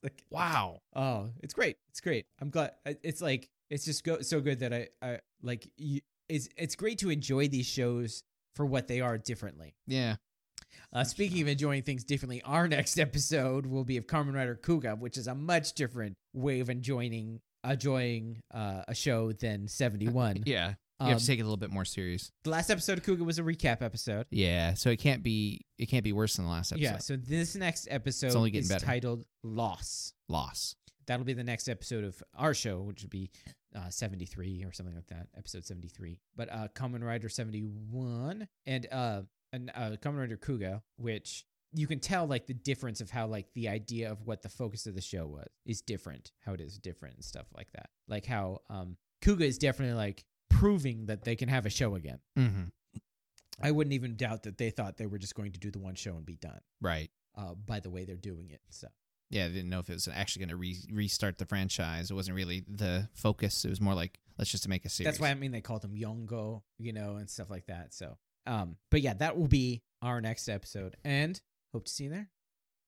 [SPEAKER 2] Like,
[SPEAKER 1] Wow.
[SPEAKER 2] Oh, it's great. It's great. I'm glad. I- It's like it's just go- so good that I, I like you, it's it's great to enjoy these shows for what they are differently.
[SPEAKER 1] Yeah.
[SPEAKER 2] Uh, speaking of enjoying things differently, our <laughs> next episode will be of Carmen Rider Kuga, which is a much different way of enjoying enjoying uh, a show
[SPEAKER 1] <laughs>
[SPEAKER 2] than 71.
[SPEAKER 1] Yeah. You
[SPEAKER 2] Um,
[SPEAKER 1] have to take it a little bit more serious.
[SPEAKER 2] the last episode of Kuga was a recap episode.
[SPEAKER 1] Yeah. So it can't be it can't be worse than the last episode.
[SPEAKER 2] Yeah, so this next episode
[SPEAKER 1] only getting
[SPEAKER 2] is
[SPEAKER 1] better.
[SPEAKER 2] titled Loss.
[SPEAKER 1] Loss.
[SPEAKER 2] that'll be the next episode of our show, which would be uh, 73 or something like that, episode 73. But uh, Kamen Rider 71 and uh, and uh, Kamen Rider Kuga, which you can tell like the difference of how like the idea of what the focus of the show was is different, how it is different and stuff like that. Like how um, Kuga is definitely like proving that they can have a show again.
[SPEAKER 1] Mm-hmm.
[SPEAKER 2] I wouldn't even doubt that they thought they were just going to do the one show and be done.
[SPEAKER 1] Right.
[SPEAKER 2] Uh, by the way, they're doing it. So
[SPEAKER 1] Yeah, I didn't know if it was actually going to re- restart the franchise. It wasn't really the focus. It was more like let's just make a series.
[SPEAKER 2] That's why I mean they called him Yongo, you know, and stuff like that. So, um, but yeah, that will be our next episode, and hope to see you there.